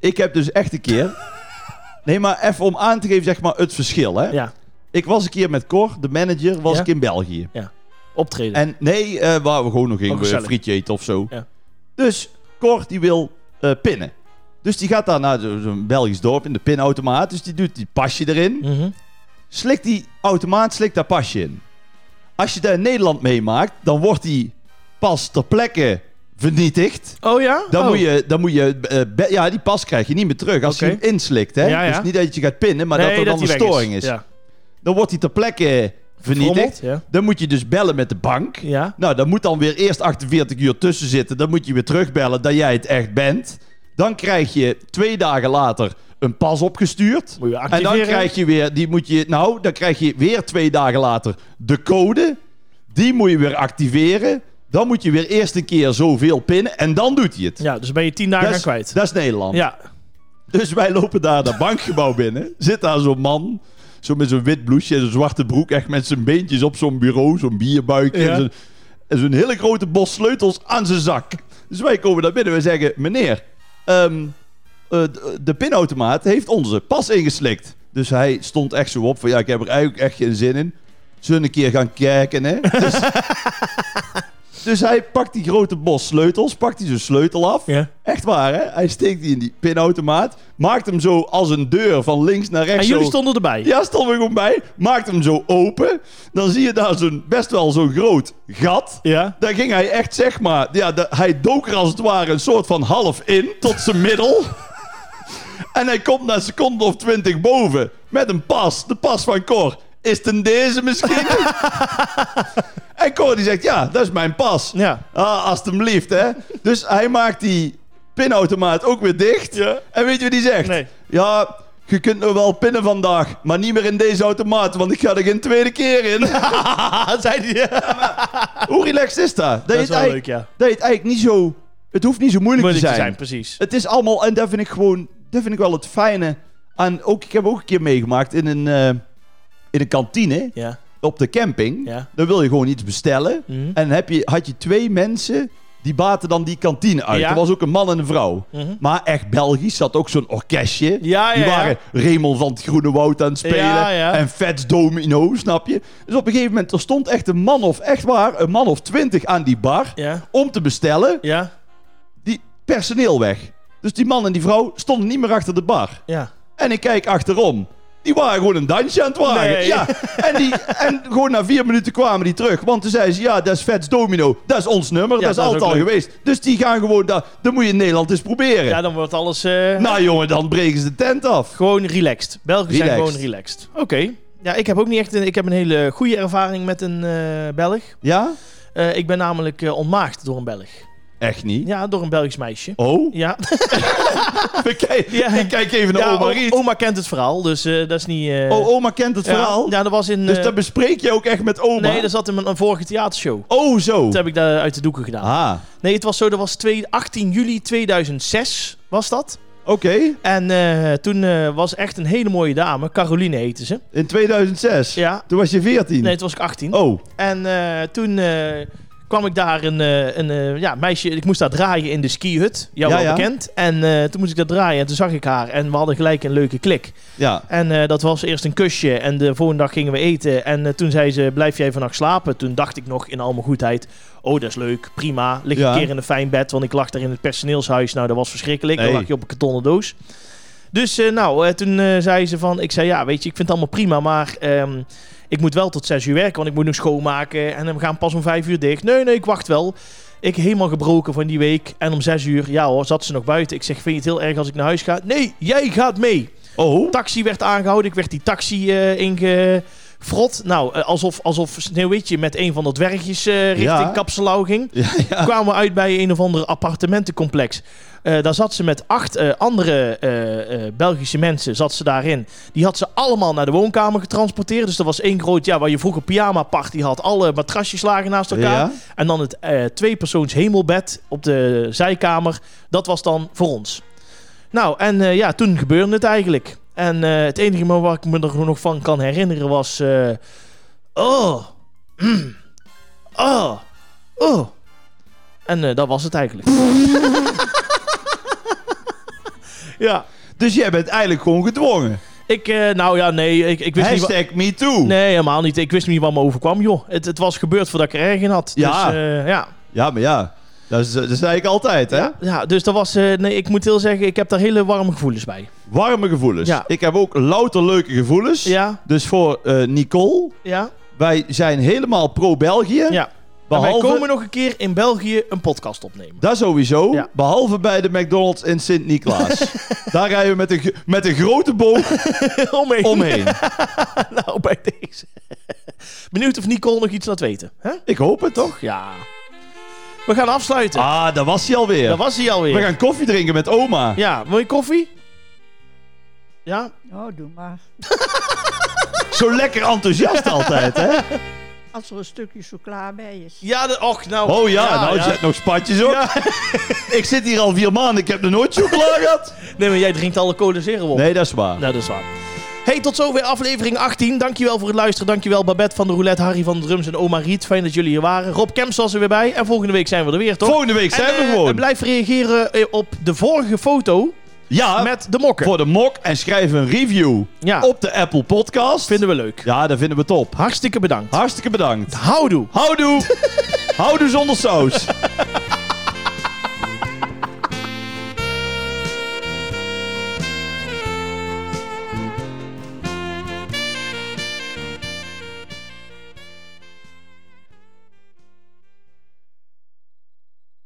ik heb dus echt een keer... Nee, maar even om aan te geven zeg maar, het verschil. Hè?
Ja.
Ik was een keer met Cor, de manager, was
Ja.
ik in België.
Optreden.
En nee, eh, waar we gewoon nog
Oh,
een
gezellig.
frietje eten of zo.
Ja.
Dus Cor die wil eh, pinnen. Dus die gaat daar naar zo- zo'n Belgisch dorp in de pinautomaat. Dus die doet die pasje erin.
Mhm.
Slikt die automaat, slikt daar pasje in. Als je dat in Nederland meemaakt, dan wordt die pas ter plekke vernietigd.
Oh ja?
Dan
Oh.
moet je, dan moet je eh, be- ja, die pas krijg je niet meer terug als
Oké.
je hem inslikt. Hè?
Ja, ja.
Dus niet dat je gaat pinnen, maar dat
Nee,
er dan
die
een
weg
storing is.
Ja.
Dan wordt die ter plekke vernietigd.
Verrommeld, Ja.
Dan moet je dus bellen met de bank.
ja.
Nou, dan moet dan weer eerst 48 uur tussen zitten. Dan moet je weer terugbellen dat jij het echt bent. Dan krijg je twee dagen later een pas opgestuurd.
Moet je
En dan
activeren.
krijg je weer, die moet je, nou, dan krijg je weer twee dagen later de code. Die moet je weer activeren. Dan moet je weer eerst een keer zoveel pinnen. En dan doet hij het.
Ja, dus ben je tien dagen
dat, is,
kwijt.
dat is Nederland.
Ja.
Dus wij lopen daar dat bankgebouw binnen. Zit daar zo'n man. Zo met zo'n wit blouseje en zo'n zwarte broek. Echt met zijn beentjes op zo'n bureau. Zo'n bierbuikje.
Ja.
En zo'n- en zo'n hele grote bos sleutels aan zijn zak. Dus wij komen daar binnen. Wij zeggen: Meneer, ehm, eh, d- de pinautomaat heeft onze pas ingeslikt. Dus hij stond echt zo op van: Ja, ik heb er eigenlijk echt geen zin in. Zullen we een keer gaan kijken, hè? Dus, dus hij pakt die grote bos sleutels. Pakt hij zijn sleutel af.
ja.
Echt waar, hè? Hij steekt die in die pinautomaat. Maakt hem zo als een deur van links naar rechts.
En Ah, jullie
zo-
stonden erbij.
Ja, stonden we gewoon bij. Maakt hem zo open. Dan zie je daar zo'n, best wel zo'n groot gat.
Ja.
Daar ging hij echt, zeg maar... Ja, da- hij dook er als het ware een soort van half in tot zijn middel. en hij komt na een seconde of twintig boven. Met een pas. De pas van Cor. Is het een deze misschien? en Cor die zegt, ja, dat is mijn pas.
Ja.
Ah, alstublieft, hè. Dus hij maakt die pinautomaat ook weer dicht.
Ja.
En weet je wat hij zegt?
Nee.
Ja, je kunt nog wel pinnen vandaag, maar niet meer in deze automaat, want ik ga er geen tweede keer in.
zei hij.
Hoe relaxed is dat?
Dat
Dat, je het
is wel leuk,
eigenlijk-
ja.
dat je het eigenlijk niet zo... Het hoeft niet zo moeilijk,
Moeilijk
te zijn.
precies.
Het is allemaal... En dat vind ik gewoon... Dat vind ik wel het fijne aan... Ook, ik heb ook een keer meegemaakt in een, eh, in een kantine
Ja.
op de camping.
Ja.
Dan wil je gewoon iets bestellen.
Mhm.
En heb je, had je twee mensen die baten dan die kantine uit.
Ja.
Er was ook een man en een vrouw.
Mhm.
Maar echt Belgisch zat ook zo'n orkestje.
Ja, ja,
die
ja.
waren Remel van het Groene Woud aan het spelen.
Ja, ja.
En Vets Domino, snap je? Dus op een gegeven moment, er stond echt een man of, echt waar, een man of twintig aan die bar.
Ja.
Om te bestellen,
Ja.
die personeel weg. Dus die man en die vrouw stonden niet meer achter de bar.
Ja.
En ik kijk achterom. Die waren gewoon een dansje aan het wagen.
Nee.
Ja. En, die, en gewoon na vier minuten kwamen die terug. Want toen zeiden ze, ja, dat is Vets Domino. Dat is ons nummer.
Ja,
dat is
dat is
altijd al
ook leuk.
geweest. Dus die gaan gewoon daar. Dat moet je in Nederland eens proberen.
Ja, dan wordt alles eh,
Nou jongen, dan breken ze de tent af.
gewoon relaxed. Belgen zijn
Relaxed.
gewoon relaxed. Oké. Ja, ik heb ook niet echt een, ik heb een hele goede ervaring met een eh, Belg.
Ja?
Eh, ik ben namelijk eh, ontmaagd door een Belg.
Echt niet.
Ja, door een Belgisch meisje.
Oh?
Ja,
Ik kijk,
Ja.
ik kijk even naar
ja
oma
o-
Riet.
oma kent het verhaal, dus eh, dat is niet... eh,
Oh, oma kent het
ja,
verhaal.
Ja, dat was in...
Dus
eh,
dat bespreek je ook echt met oma?
nee, dat zat in een, een vorige theatershow.
Oh, zo.
Dat heb ik daar uit de doeken gedaan.
Ah,
Nee, het was zo, dat was twee- 18 juli 2006 was dat.
oké.
En eh, toen eh, was echt een hele mooie dame, Caroline heette ze.
In 2006.
Ja,
Toen was je 14.
nee, toen was ik 18.
Oh,
En eh, toen eh, kwam ik daar een, eh, een eh, ja, meisje, ik moest daar draaien in de skihut, jou
Ja,
wel
ja.
bekend. En eh, toen moest ik daar draaien en toen zag ik haar en we hadden gelijk een leuke klik.
ja.
En eh, dat was eerst een kusje en de volgende dag gingen we eten. En eh, toen zei ze, blijf jij vannacht slapen? Toen dacht ik nog in al mijn goedheid, oh dat is leuk, prima. Lig
Ja.
een keer in een fijn bed, want ik lag daar in het personeelshuis. Nou, dat was verschrikkelijk,
Nee.
dan lag je op een kartonnen doos. Dus eh, nou, eh, toen eh, zei ze van, ik zei ja, weet je, ik vind het allemaal prima, maar ehm, ik moet wel tot zes uur werken, want ik moet nog schoonmaken. En we gaan pas om vijf uur dicht. Nee, nee, ik wacht wel. Ik helemaal gebroken van die week. En om zes uur, ja hoor, zat ze nog buiten. Ik zeg, vind je het heel erg als ik naar huis ga? Nee, jij gaat mee.
Oh,
Taxi werd aangehouden. Ik werd die taxi eh ingefrot. Nou, eh, alsof, alsof Sneeuwwitje met een van de dwergjes eh, richting
Ja.
Kapselau ging.
ja, ja.
kwamen we uit bij een of ander appartementencomplex. Eh, daar zat ze met acht eh, andere eh, eh, Belgische mensen zat ze daarin. Die had ze allemaal naar de woonkamer getransporteerd. Dus dat was één groot, ja, waar je vroeger pyjama party had. Alle matrasjes lagen naast elkaar.
Ja.
En dan het eh tweepersoons hemelbed op de zijkamer. Dat was dan voor ons. Nou, en eh, ja, toen gebeurde het eigenlijk. En eh, het enige moment waar ik me er nog van kan herinneren was... eh, oh, mm, oh, oh. En eh, dat was het eigenlijk. ja,
Dus jij bent eigenlijk gewoon gedwongen.
ik... eh, nou ja, nee, ik, ik wist niet... wa-
Hashtag me too.
Nee, helemaal niet. Ik wist niet wat me overkwam, joh. Het, het was gebeurd voordat ik er erg in had.
Ja.
Dus, eh, ja.
Ja, maar ja. Dat, is, dat zei ik altijd, hè?
Ja, dus dat was... eh, nee, ik moet heel zeggen, ik heb daar hele warme gevoelens bij.
Warme gevoelens.
Ja.
Ik heb ook louter leuke gevoelens.
Ja,
Dus voor eh, Nicole,
ja,
wij zijn helemaal pro-België.
ja. En wij
Behalve,
komen nog een keer in België een podcast opnemen.
Dat sowieso.
Ja.
Behalve bij de McDonald's in Sint-Niklaas. Daar rijden we met een, ge- met een grote boog
Omheen.
omheen.
Nou, bij deze. Benieuwd of Nicole nog iets laat weten. Hè?
Ik hoop het toch?
Ja. We gaan afsluiten.
Ah, daar was hij alweer.
Dat was hij alweer.
We gaan koffie drinken met oma.
Ja, wil je koffie? Ja?
Nou, doe maar.
Zo lekker enthousiast altijd, hè?
Als er een stukje chocola bij is.
Ja, de, och, nou.
Oh ja, nou,
ja.
je hebt nog spatjes ook. ik zit hier al vier maanden, ik heb nog nooit chocola gehad.
Nee, maar jij drinkt alle cola zero op.
Nee, dat is waar.
Nou, dat is waar. Hey, tot zover aflevering 18. Dankjewel voor het luisteren. Dankjewel Babette van de Roulette, Harry van de Drums en Oma Riet. Fijn dat jullie hier waren. Rob Kemps was er weer bij. En volgende week zijn we er weer, toch?
Volgende week zijn
En,
we
eh,
gewoon.
Blijf reageren eh, op de vorige foto
Ja,
met de mokken.
Ah. voor de mok en schrijf een review
Ja.
op de Apple Podcast.
Vinden we leuk.
Ja, dat vinden we top.
Hartstikke bedankt.
Hartstikke bedankt.
Houdoe.
Houdoe. Houdoe zonder saus.